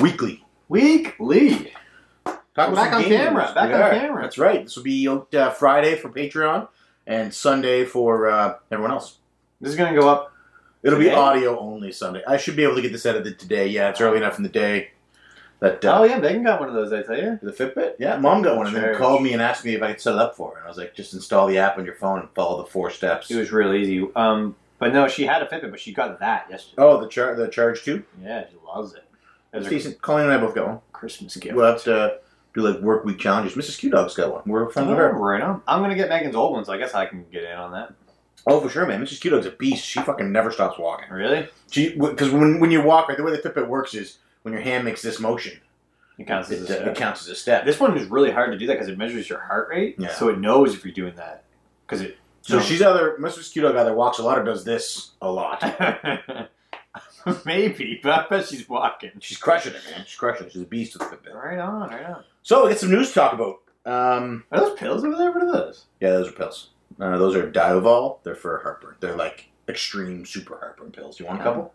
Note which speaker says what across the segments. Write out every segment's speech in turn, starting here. Speaker 1: weekly.
Speaker 2: Weekly.
Speaker 1: Talk
Speaker 2: Back
Speaker 1: some
Speaker 2: on
Speaker 1: games.
Speaker 2: camera, back
Speaker 1: We
Speaker 2: on
Speaker 1: are.
Speaker 2: camera.
Speaker 1: That's right. This will be uh, Friday for Patreon and Sunday for uh, everyone else.
Speaker 2: This is gonna go up.
Speaker 1: It'll be
Speaker 2: Today?
Speaker 1: audio only Sunday. I should be able to get this edited today. Yeah, it's early enough in the day. That uh,
Speaker 2: Oh yeah, Megan got one of those. I tell you.
Speaker 1: the Fitbit. Yeah, mom got one and then
Speaker 2: Church.
Speaker 1: called me and asked me if I could set it up for her. And I was like, just install the app on your phone and follow the four steps.
Speaker 2: It was real easy. Um, but no, she had a Fitbit, but she got that yesterday.
Speaker 1: oh, the char- the charge too.
Speaker 2: Yeah, she loves it. It was
Speaker 1: That's
Speaker 2: a
Speaker 1: decent. Colleen and I both got one.
Speaker 2: Christmas gift.
Speaker 1: We'll have to do like work week challenges. Mrs. Q Dog's got one. We're friends with
Speaker 2: Oh,
Speaker 1: her.
Speaker 2: right on. I'm gonna get Megan's old one, so I guess I can get in on that.
Speaker 1: Oh, for sure, man. Mrs. Q Dog's a beast. She fucking never stops walking.
Speaker 2: Really?
Speaker 1: She because when when you walk, right, the way the Fitbit works is when your hand makes this motion,
Speaker 2: It counts
Speaker 1: it,
Speaker 2: as a
Speaker 1: uh, it
Speaker 2: step.
Speaker 1: counts as a step.
Speaker 2: This one is really hard to do that because it measures your heart rate,
Speaker 1: Yeah.
Speaker 2: so it knows if you're doing that. Because it.
Speaker 1: So
Speaker 2: no.
Speaker 1: she's either Mrs. Q Dog either walks a lot or does this a lot.
Speaker 2: Maybe, but I bet she's walking.
Speaker 1: She's crushing it, man. She's crushing it. She's a beast with the Fitbit.
Speaker 2: Right on, right on.
Speaker 1: So we got some news to talk about. Um,
Speaker 2: Are those pills over there? What are those?
Speaker 1: Yeah, those are pills. Uh, those are Dioval. They're for heartburn. They're like extreme super heartburn pills. You want a couple?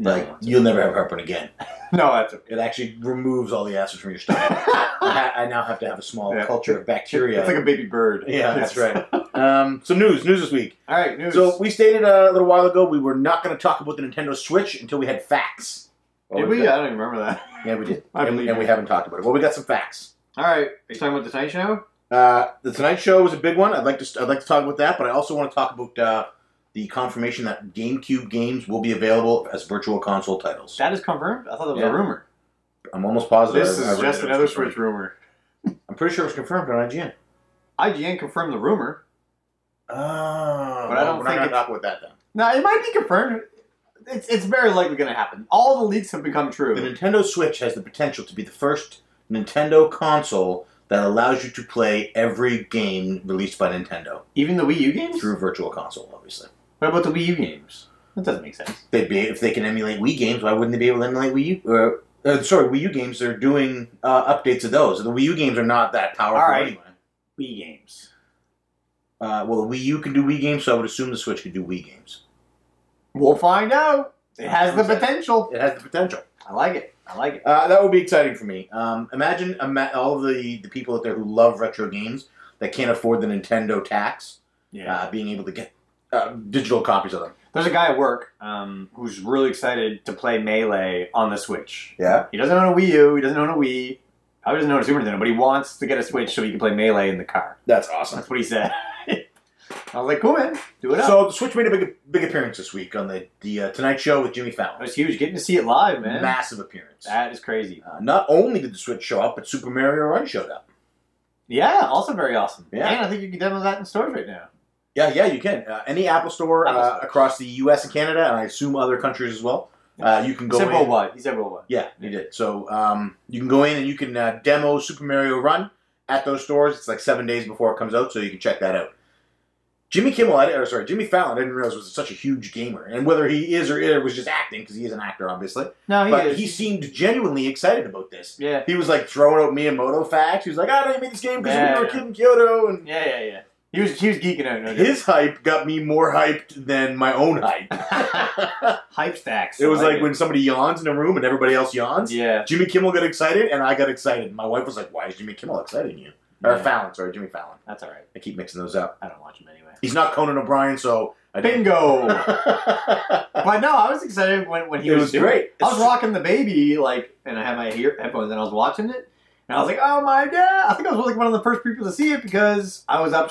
Speaker 1: Like you'll never have heartburn again.
Speaker 2: no, that's okay.
Speaker 1: It actually removes all the acids from your stomach. I, ha- I now have to have a small
Speaker 2: Yeah.
Speaker 1: culture of bacteria.
Speaker 2: It's like a baby bird.
Speaker 1: yeah, that's right. Um, some news, news this week.
Speaker 2: All right, news.
Speaker 1: So we stated uh, a little while ago we were not going to talk about the Nintendo Switch until we had facts. Well,
Speaker 2: did
Speaker 1: we've
Speaker 2: we?
Speaker 1: got-
Speaker 2: I don't even remember that.
Speaker 1: Oh, Yeah, we did.
Speaker 2: I
Speaker 1: and,
Speaker 2: believe
Speaker 1: and
Speaker 2: you.
Speaker 1: we haven't talked about it. Well, we got some facts.
Speaker 2: All right, are you talking about the Tonight Show?
Speaker 1: Uh, the Tonight Show was a big one. I'd like to st- I'd like to talk about that, but I also want to talk about uh, the confirmation that GameCube games will be available as virtual console titles.
Speaker 2: That is confirmed. I thought that was
Speaker 1: Yeah.
Speaker 2: a rumor.
Speaker 1: I'm almost positive.
Speaker 2: This
Speaker 1: I- I
Speaker 2: is
Speaker 1: read
Speaker 2: just
Speaker 1: that it was
Speaker 2: another
Speaker 1: confirmed.
Speaker 2: Switch rumor.
Speaker 1: I'm pretty sure it was confirmed on IGN.
Speaker 2: IGN confirmed the rumor.
Speaker 1: Oh,
Speaker 2: But I don't
Speaker 1: we're
Speaker 2: think
Speaker 1: not gonna
Speaker 2: it-
Speaker 1: talk about that then.
Speaker 2: No, it might be confirmed. It's it's very likely going to happen. All the leaks have become
Speaker 1: The
Speaker 2: true.
Speaker 1: Nintendo Switch has the potential to be the first Nintendo console that allows you to play every game released by Nintendo
Speaker 2: Even the Wii U games.
Speaker 1: through virtual console. Obviously,
Speaker 2: What about the Wii U games? That doesn't make sense.
Speaker 1: they'd be if they can emulate Wii games. Why wouldn't they be able to emulate Wii U? Or, uh, sorry, Wii U games. They're doing uh, updates of those. The Wii U games are not that powerful
Speaker 2: All right.
Speaker 1: anyway.
Speaker 2: Wii games.
Speaker 1: Uh, well, the Wii U can do Wii games, so I would assume the Switch could do Wii games.
Speaker 2: We'll find out. It has the
Speaker 1: Okay.
Speaker 2: potential.
Speaker 1: It has the potential.
Speaker 2: I like it. I like it.
Speaker 1: Uh, that would be exciting for me. Um, imagine ima- all of the, the people out there who love retro games that can't afford the Nintendo tax uh, being able to get uh, digital copies of them.
Speaker 2: There's a guy at work um, who's really excited to play Melee on the Switch.
Speaker 1: Yeah.
Speaker 2: He doesn't own a Wii U. He doesn't own a Wii. Probably doesn't own a Super Nintendo, but he wants to get a Switch so he can play Melee in the car.
Speaker 1: That's awesome.
Speaker 2: That's what he said. I was like, cool, man. Do it up.
Speaker 1: So the Switch made a big big appearance this week on the the uh, Tonight Show with Jimmy
Speaker 2: That
Speaker 1: Fallon.
Speaker 2: was huge. Getting to see it live, man.
Speaker 1: Massive appearance.
Speaker 2: That is crazy.
Speaker 1: Uh, not only did the Switch show up, but Super Mario Run showed up.
Speaker 2: Yeah, also very awesome.
Speaker 1: Yeah.
Speaker 2: And I think you can download that in stores right now.
Speaker 1: Yeah, yeah, you can. Uh, any Apple store
Speaker 2: Apple
Speaker 1: uh,
Speaker 2: Store.
Speaker 1: across the U.S. and Canada, and I assume other countries as well. Uh, you can
Speaker 2: He
Speaker 1: go
Speaker 2: said
Speaker 1: in.
Speaker 2: worldwide. He said worldwide.
Speaker 1: Yeah, you did. So um, you can go in and you can uh, demo Super Mario Run at those stores. It's like seven days before it comes out, so you can check that out. Jimmy Kimmel, I, or sorry, Jimmy Fallon, I didn't realize was such a huge gamer, and whether he is or it was just acting because he is an actor, obviously.
Speaker 2: No, Oh, he
Speaker 1: but
Speaker 2: is.
Speaker 1: he seemed genuinely excited about this.
Speaker 2: yeah.
Speaker 1: He was like throwing out Miyamoto facts. He was like, "Ah, "I didn't make this game because
Speaker 2: Yeah,
Speaker 1: we were a
Speaker 2: yeah.
Speaker 1: kid in Kyoto," and
Speaker 2: Yeah, yeah, yeah. He was, he was geeking out. No doubt.
Speaker 1: his hype got me more hyped than my own hype.
Speaker 2: hype stacks.
Speaker 1: It was like
Speaker 2: when.
Speaker 1: when somebody yawns in a room and everybody else yawns.
Speaker 2: Yeah.
Speaker 1: Jimmy Kimmel got excited, and I got excited. My wife was like, "Why is Jimmy Kimmel exciting you?" Or
Speaker 2: Yeah.
Speaker 1: Fallon, sorry, Jimmy Fallon.
Speaker 2: That's all right.
Speaker 1: I keep mixing those up.
Speaker 2: I don't watch him anyway.
Speaker 1: He's not Conan O'Brien, so I didn't.
Speaker 2: Bingo!
Speaker 1: it
Speaker 2: but no, I was excited when, when he was,
Speaker 1: was
Speaker 2: doing
Speaker 1: great.
Speaker 2: I was rocking the baby, like, and I had my ear- headphones and I was watching it. And I was like, oh my god! I think I was like one of the first people to see it because I was up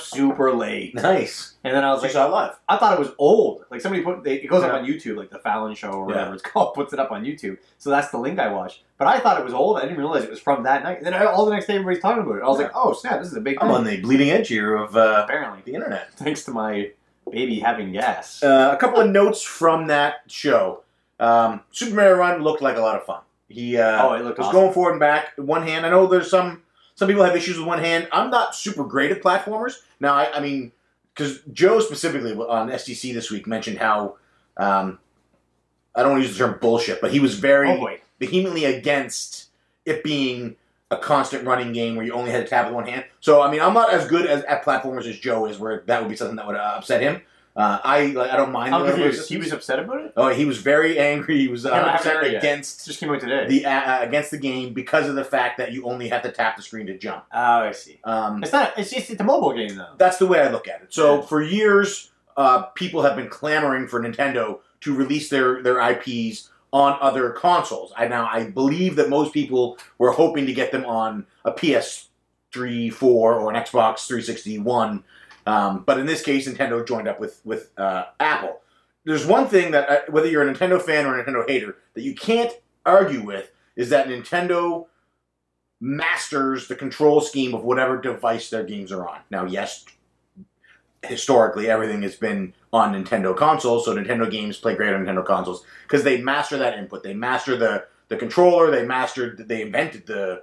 Speaker 2: super late.
Speaker 1: nice.
Speaker 2: And then I was
Speaker 1: You
Speaker 2: like,
Speaker 1: saw it live.
Speaker 2: I thought it was old. Like somebody put they, it goes
Speaker 1: Yeah.
Speaker 2: up on YouTube, like the Fallon Show or
Speaker 1: Yeah.
Speaker 2: whatever it's called, puts it up on YouTube. So that's the link I watched. But I thought it was old. I didn't realize it was from that night. And then I, all the next day, everybody's talking about it. I was
Speaker 1: Yeah.
Speaker 2: like, oh snap! This is a big
Speaker 1: I'm
Speaker 2: thing.
Speaker 1: on the bleeding edge here of uh,
Speaker 2: Apparently,
Speaker 1: the internet.
Speaker 2: thanks to my baby having gas.
Speaker 1: Uh, a couple of notes from that show. Um, Super Mario Run looked like a lot of fun. He uh,
Speaker 2: oh, it looked
Speaker 1: was
Speaker 2: awesome.
Speaker 1: going forward and back. One hand. I know there's some some people have issues with one hand. I'm not super great at platformers. Now, I, I mean, because Joe specifically on SDC this week mentioned how um, I don't want to use the term bullshit, but he was very
Speaker 2: oh boy!
Speaker 1: vehemently against it being a constant running game where you only had to tap with one hand. So I mean, I'm not as good as at platformers as Joe is, where that would be something that would uh, upset him. Uh, I like, I don't mind.
Speaker 2: I'm
Speaker 1: the Notable
Speaker 2: confused. He
Speaker 1: Exceptions.
Speaker 2: was upset about it.
Speaker 1: oh, he was very angry. He was
Speaker 2: I haven't
Speaker 1: 100%
Speaker 2: heard yet. It
Speaker 1: against
Speaker 2: just came out today.
Speaker 1: the uh, against the game because of the fact that you only have to tap the screen to jump.
Speaker 2: oh, I see.
Speaker 1: Um,
Speaker 2: It's not. It's just it's a mobile game though.
Speaker 1: that's the way I look at it. So
Speaker 2: Yeah.
Speaker 1: for years, uh, people have been clamoring for Nintendo to release their their IPs on other consoles. I now I believe that most people were hoping to get them on a PS3, 4, or an Xbox 360 One. Um, but in this case, Nintendo joined up with with uh, Apple. There's one thing that I, whether you're a Nintendo fan or a Nintendo hater that you can't argue with is that Nintendo masters the control scheme of whatever device their games are on. Now, yes, historically everything has been on Nintendo consoles, so Nintendo games play great on Nintendo consoles because they master that input. They master the the controller. They mastered. They invented the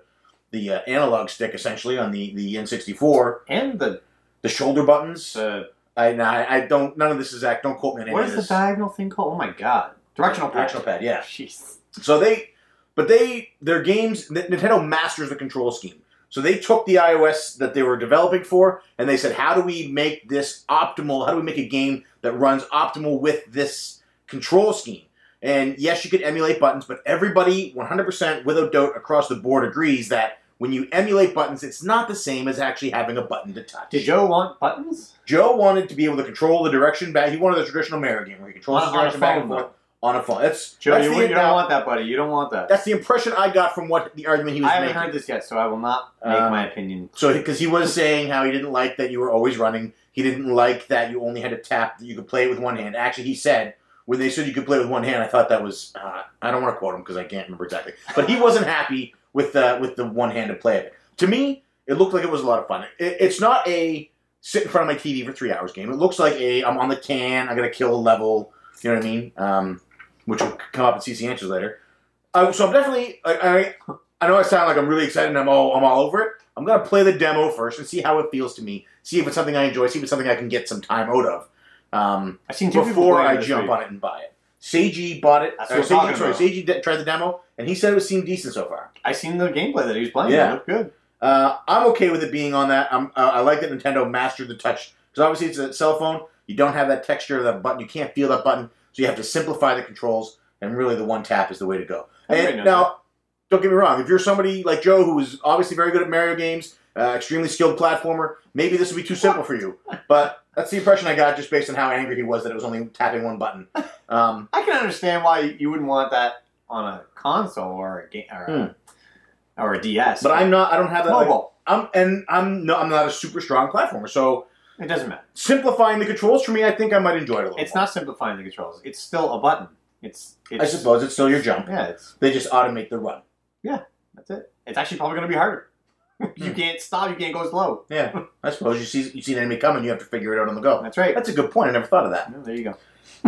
Speaker 1: the uh, analog stick essentially on the the N64.
Speaker 2: And the
Speaker 1: The shoulder buttons.
Speaker 2: uh,
Speaker 1: I, and I I don't. None of this is act. Don't quote me on any
Speaker 2: what
Speaker 1: of
Speaker 2: is the
Speaker 1: this.
Speaker 2: diagonal thing called? Oh my god, directional pad.
Speaker 1: Directional pad, yeah.
Speaker 2: Jeez.
Speaker 1: So they, but they, their games, N- Nintendo masters the control scheme. So they took the iOS that they were developing for, and they said, how do we make this optimal? How do we make a game that runs optimal with this control scheme? And yes, you could emulate buttons, but everybody, 100% without doubt across the board, agrees that when you emulate buttons, it's not the same as actually having a button to touch.
Speaker 2: Did Joe want buttons?
Speaker 1: Joe wanted to be able to control the direction back. He wanted the traditional Mario game where he controls the
Speaker 2: On- on a
Speaker 1: direction back and
Speaker 2: phone,
Speaker 1: forth on a phone. That's
Speaker 2: Joe,
Speaker 1: that's
Speaker 2: you,
Speaker 1: the
Speaker 2: you don't
Speaker 1: now-
Speaker 2: want that, buddy. You don't want that.
Speaker 1: that's the impression I got from what the argument he
Speaker 2: I
Speaker 1: was
Speaker 2: haven't
Speaker 1: making.
Speaker 2: heard this yet, so I will not make
Speaker 1: Um,
Speaker 2: my opinion.
Speaker 1: So, because he was saying how he didn't like that you were always running, he didn't like that you only had to tap, that you could play with one hand. Actually, he said when they said you could play with one hand, I thought that was uh, I don't want to quote him because I can't remember exactly, but he wasn't happy with the with the one handed play of it. To me, it looked like it was a lot of fun. It, it's not a sit in front of my TV for three hours game. It looks like a I'm on the can, I gotta kill a level. You know what I mean? Um, which will come up in CC answers later. Uh, so I'm definitely I, I I know I sound like I'm really excited and I'm all, I'm all over it. I'm going to play the demo first and see how it feels to me. See if it's something I enjoy. See if it's something I can get some time out of um,
Speaker 2: I've seen two people
Speaker 1: before
Speaker 2: play
Speaker 1: I
Speaker 2: this
Speaker 1: jump
Speaker 2: week.
Speaker 1: on it and buy it. Seiji bought it.
Speaker 2: That's
Speaker 1: or
Speaker 2: what I'm
Speaker 1: Seiji,
Speaker 2: talking
Speaker 1: sorry,
Speaker 2: about.
Speaker 1: Seiji de- tried the demo and he said it was seemed decent so far.
Speaker 2: I seen the gameplay that he was playing.
Speaker 1: Yeah.
Speaker 2: it looked good.
Speaker 1: Uh, I'm okay with it being on that. I'm, uh, I like that Nintendo mastered the touch because obviously it's a cell phone. You don't have that texture of that button. You can't feel that button, so you have to simplify the controls. And really, the one tap is the way to go.
Speaker 2: Everybody
Speaker 1: And
Speaker 2: knows
Speaker 1: now, don't get me wrong. If you're somebody like Joe, who is obviously very good at Mario games, uh, extremely skilled platformer, maybe this would be too simple for you. But that's the impression I got just based on how angry he was that it was only tapping one button. Um,
Speaker 2: I can understand why you wouldn't want that on a console or a game or, a- or a DS.
Speaker 1: Hmm. but I'm not. uh, I don't have that. Like,
Speaker 2: mobile.
Speaker 1: I'm and I'm no. I'm not a super strong platformer. So
Speaker 2: it doesn't matter.
Speaker 1: simplifying the controls for me, I think I might enjoy it a little.
Speaker 2: It's
Speaker 1: more.
Speaker 2: not simplifying the controls. It's still a button. It's. it's
Speaker 1: I suppose it's still your jump.
Speaker 2: Yeah. It's
Speaker 1: They just automate the run.
Speaker 2: That's it. It's actually probably going to be harder. you can't stop. You can't go slow.
Speaker 1: Yeah, I suppose you see you see an enemy coming, you have to figure it out on the go.
Speaker 2: That's right.
Speaker 1: That's a good point. I never thought of that.
Speaker 2: Yeah, there you go.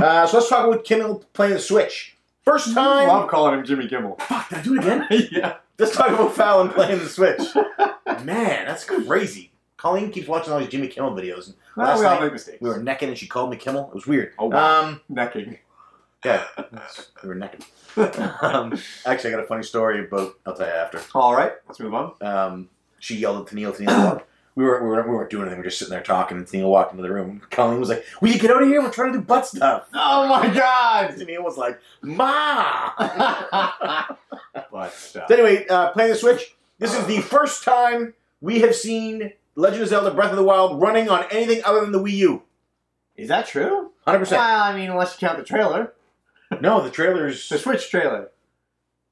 Speaker 1: Uh, so let's talk about Kimmel playing the Switch. First time.
Speaker 2: Love calling him Jimmy Kimmel.
Speaker 1: Fuck, did I do it again?
Speaker 2: yeah.
Speaker 1: Let's talk about Fallon playing the Switch. Man, that's crazy. Colleen keeps watching all these Jimmy Kimmel videos. And
Speaker 2: Well,
Speaker 1: Last
Speaker 2: we all
Speaker 1: night,
Speaker 2: make mistakes.
Speaker 1: we were necking, and she called me Kimmel. It was weird.
Speaker 2: Oh, wow.
Speaker 1: Um,
Speaker 2: necking.
Speaker 1: yeah, we were necking. um, actually, I got a funny story about. I'll tell you after.
Speaker 2: All right. Let's move on.
Speaker 1: um, she yelled at Tennille. Tennille, walked- we were we were we weren't doing anything. We were just sitting there talking, and Tennille walked into the room. Colleen was like, "Will you get out of here? We're trying to do butt stuff."
Speaker 2: Oh my
Speaker 1: And
Speaker 2: God.
Speaker 1: Tennille was like, "Ma."
Speaker 2: but
Speaker 1: So anyway, uh, playing the Switch. This is the first time we have seen Legend of Zelda: Breath of the Wild running on anything other than the Wii U.
Speaker 2: is that true?
Speaker 1: Hundred percent.
Speaker 2: Well, I mean, unless you count the trailer,
Speaker 1: No, the trailers.
Speaker 2: the Switch trailer.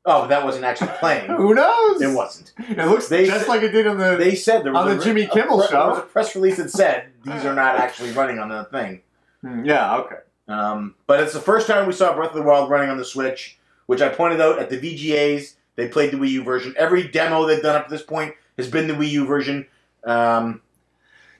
Speaker 1: Oh, that wasn't actually playing.
Speaker 2: Who knows?
Speaker 1: It wasn't.
Speaker 2: It looks
Speaker 1: They
Speaker 2: just
Speaker 1: said-
Speaker 2: like it did on the.
Speaker 1: They said there was
Speaker 2: On the
Speaker 1: a,
Speaker 2: Jimmy Kimmel
Speaker 1: a, pre-
Speaker 2: show.
Speaker 1: There was a press release that said these are not actually running on the thing.
Speaker 2: Hmm, yeah. Okay.
Speaker 1: Um, but it's the first time we saw Breath of the Wild running on the Switch, which I pointed out at the VGAs. They played the Wii U version. Every demo they've done up to this point has been the Wii U version. Um,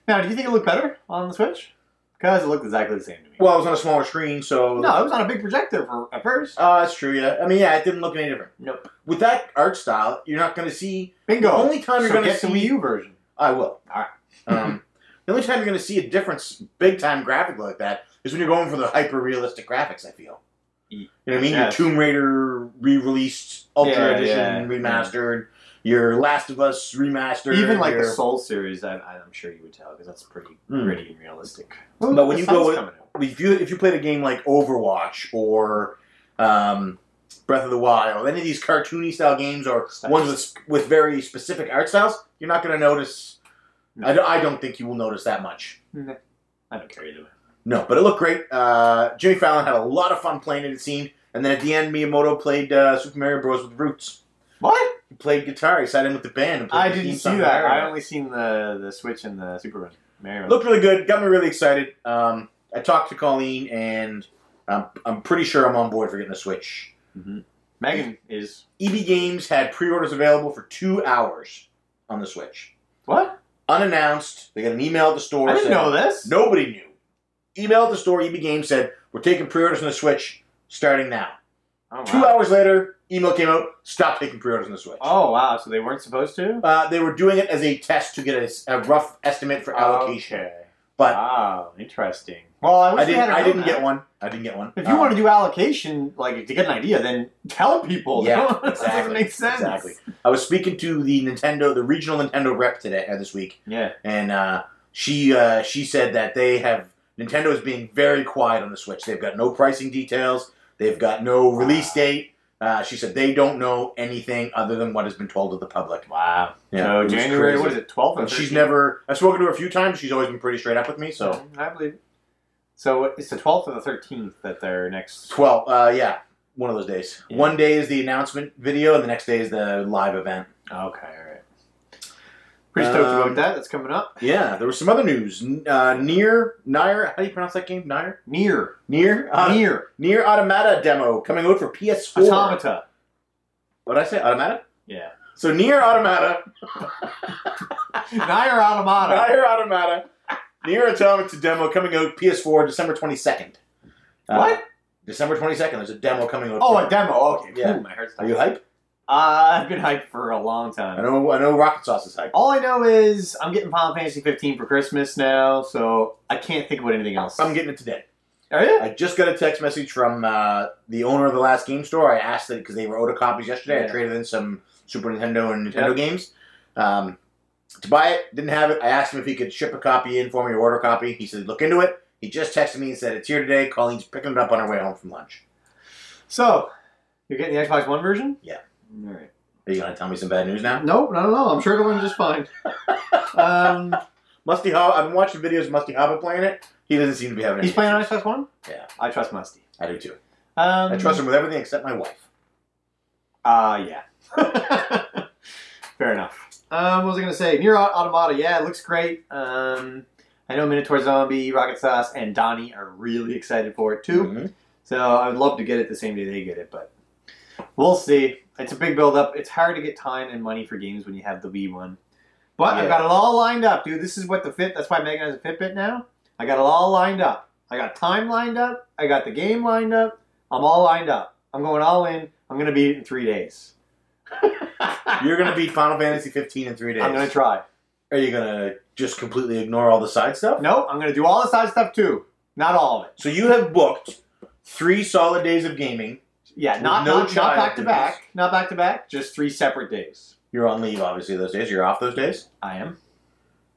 Speaker 2: Now, do you think it looked better on the Switch? Because it looked exactly the same to me.
Speaker 1: well, it was on a smaller screen, so
Speaker 2: no, it was on a big projector for, at first.
Speaker 1: Uh, that's true. Yeah, I mean, yeah, it didn't look any different.
Speaker 2: Nope.
Speaker 1: With that art style, you're not going to see.
Speaker 2: Bingo.
Speaker 1: The only time you're
Speaker 2: Oh, so
Speaker 1: going to
Speaker 2: get
Speaker 1: see
Speaker 2: the Wii U version.
Speaker 1: I will.
Speaker 2: Alright.
Speaker 1: Um, the only time you're going to see a difference, big time graphic like that, is when you're going for the hyper realistic graphics. I feel.
Speaker 2: Ye-
Speaker 1: You know what I mean?
Speaker 2: yes.
Speaker 1: Your Tomb Raider re-released, Ultra
Speaker 2: Yeah,
Speaker 1: Edition
Speaker 2: yeah,
Speaker 1: remastered. your Last of Us remaster,
Speaker 2: Even like
Speaker 1: your,
Speaker 2: the Soul series, I, I'm sure you would tell because that's pretty
Speaker 1: Mm.
Speaker 2: gritty and realistic.
Speaker 1: But when
Speaker 2: Hmm. The
Speaker 1: you go
Speaker 2: sun's
Speaker 1: with-
Speaker 2: coming out.
Speaker 1: if you if you played a game like Overwatch or um, Breath of the Wild, any of these cartoony style games or
Speaker 2: Styles.
Speaker 1: ones with with very specific art styles, you're not going to notice. I, don't- I don't think you will notice that much.
Speaker 2: I don't care either. way.
Speaker 1: No, but it looked great. Uh, Jimmy Fallon had a lot of fun playing it. It seemed, and then at the end, Miyamoto played uh, Super Mario Bros. with Roots.
Speaker 2: What?
Speaker 1: He played guitar. He sat in with the band. And played
Speaker 2: I
Speaker 1: the
Speaker 2: didn't
Speaker 1: theme
Speaker 2: see
Speaker 1: song.
Speaker 2: that. I only seen the the Switch and the Super Run. Mario.
Speaker 1: looked really good. Got me really excited. Um, I talked to Colleen, and um, I'm pretty sure I'm on board for getting the Switch.
Speaker 2: Megan is
Speaker 1: EB E Games had pre-orders available for two hours on the Switch,
Speaker 2: what?
Speaker 1: unannounced. They got an email at the store.
Speaker 2: I didn't
Speaker 1: saying-
Speaker 2: know this.
Speaker 1: Nobody knew. Email at the store. EB Games said we're taking pre-orders on the Switch starting now.
Speaker 2: Oh, wow.
Speaker 1: Two hours later, email came out. Stop taking pre-orders on the Switch.
Speaker 2: Oh wow! So they weren't supposed to.
Speaker 1: Uh, they were doing it as a test to get a, a rough estimate for allocation.
Speaker 2: Oh, Okay.
Speaker 1: Uh, But-
Speaker 2: wow, interesting. Well, I, wish
Speaker 1: I
Speaker 2: they
Speaker 1: didn't.
Speaker 2: had
Speaker 1: I
Speaker 2: known
Speaker 1: didn't
Speaker 2: that.
Speaker 1: get one. I didn't get one.
Speaker 2: If you
Speaker 1: Um,
Speaker 2: want to do allocation, like to get an idea, then tell people.
Speaker 1: Yeah,
Speaker 2: that doesn't
Speaker 1: exactly,
Speaker 2: make sense.
Speaker 1: exactly. I was speaking to the Nintendo, the regional Nintendo rep today uh, this week,
Speaker 2: Yeah.
Speaker 1: and uh, she uh, she said that they have Nintendo is being very quiet on the Switch. They've got no pricing details. They've got no release date. Uh, she said they don't know anything other than what has been told to the public.
Speaker 2: Wow.
Speaker 1: it
Speaker 2: so
Speaker 1: was
Speaker 2: January,
Speaker 1: crazy.
Speaker 2: what is it? Twelfth.
Speaker 1: And she's never. I've spoken to her a few times. She's always been pretty straight up with me. So
Speaker 2: Mm, I believe. it. So it's the twelfth or the thirteenth that their next.
Speaker 1: twelve. Uh, yeah, one of those days.
Speaker 2: Yeah.
Speaker 1: One day is the announcement video, and the next day is the live event.
Speaker 2: Okay. All right. Pretty stoked
Speaker 1: Um,
Speaker 2: about that. That's coming up.
Speaker 1: Yeah, there was some other news. N- Uh, near Nier. How do you pronounce that game? Nier.
Speaker 2: Near.
Speaker 1: Near. Uh,
Speaker 2: Near.
Speaker 1: Near Automata demo coming out for PS4.
Speaker 2: Automata.
Speaker 1: What did I say? Automata.
Speaker 2: Yeah.
Speaker 1: So near Automata,
Speaker 2: Nier Automata.
Speaker 1: Nier Automata, near Automata demo coming out PS4 December 22nd. Uh,
Speaker 2: What?
Speaker 1: December 22nd. There's a demo coming out.
Speaker 2: Oh,
Speaker 1: for-
Speaker 2: a demo. Okay.
Speaker 1: Yeah.
Speaker 2: Boom, I heard
Speaker 1: are
Speaker 2: something.
Speaker 1: you hype?
Speaker 2: Uh, I've been hyped for a long
Speaker 1: I
Speaker 2: time.
Speaker 1: know. I know. Rocket Sauce is hype.
Speaker 2: All I know is I'm getting Final Fantasy 15 for Christmas now, so I can't think about anything else.
Speaker 1: I'm getting it today.
Speaker 2: Are you?
Speaker 1: I just got a text message from uh, the owner of the last game store. I asked it because they were out of copies yesterday. I
Speaker 2: Yeah.
Speaker 1: traded in some Super Nintendo and Nintendo games um, to buy it. Didn't have it. I asked him if he could ship a copy in for me or order a copy. He said look into it. He just texted me and said it's here today. Colleen's picking it up on her way home from lunch.
Speaker 2: So, you're getting the Xbox One version?
Speaker 1: Yeah.
Speaker 2: All right.
Speaker 1: Are you gonna tell me some bad news now?
Speaker 2: Nope, not at all. I'm sure it'll run just fine. um,
Speaker 1: Musty Hobbit. I've been watching videos of Musty Hobbit playing it. He doesn't seem to be having any.
Speaker 2: he's playing on
Speaker 1: issues.
Speaker 2: Xbox One.
Speaker 1: Yeah.
Speaker 2: I trust Musty.
Speaker 1: I do too.
Speaker 2: Um,
Speaker 1: I trust him with everything except my wife.
Speaker 2: Uh, yeah. Fair enough. Um, what was I going to say? Near Au- Automata, yeah, it looks great. Um, I know Minotaur Zombie, Rocket Sauce, and Donnie are really excited for it too.
Speaker 1: Mhm.
Speaker 2: So I would love to get it the same day they get it, but we'll see. It's a big build up. It's hard to get time and money for games when you have the Wii one. But
Speaker 1: Yeah.
Speaker 2: I've got it all lined up, dude. This is what the fit. That's why Megan has a Fitbit now. I got it all lined up. I got time lined up. I got the game lined up. I'm all lined up. I'm going all in. I'm gonna beat it in three days. I'm
Speaker 1: You're gonna beat Final Fantasy 15 in three days.
Speaker 2: gonna try.
Speaker 1: Are you gonna just completely ignore all the side stuff?
Speaker 2: No, I'm gonna do all the side stuff too. Not all of it.
Speaker 1: So you have booked three solid days of gaming.
Speaker 2: Yeah, not
Speaker 1: No
Speaker 2: not, not
Speaker 1: child
Speaker 2: back to
Speaker 1: abuse.
Speaker 2: back. Not back to back. Just three separate days.
Speaker 1: You're on leave, obviously, those days. You're off those days.
Speaker 2: I am.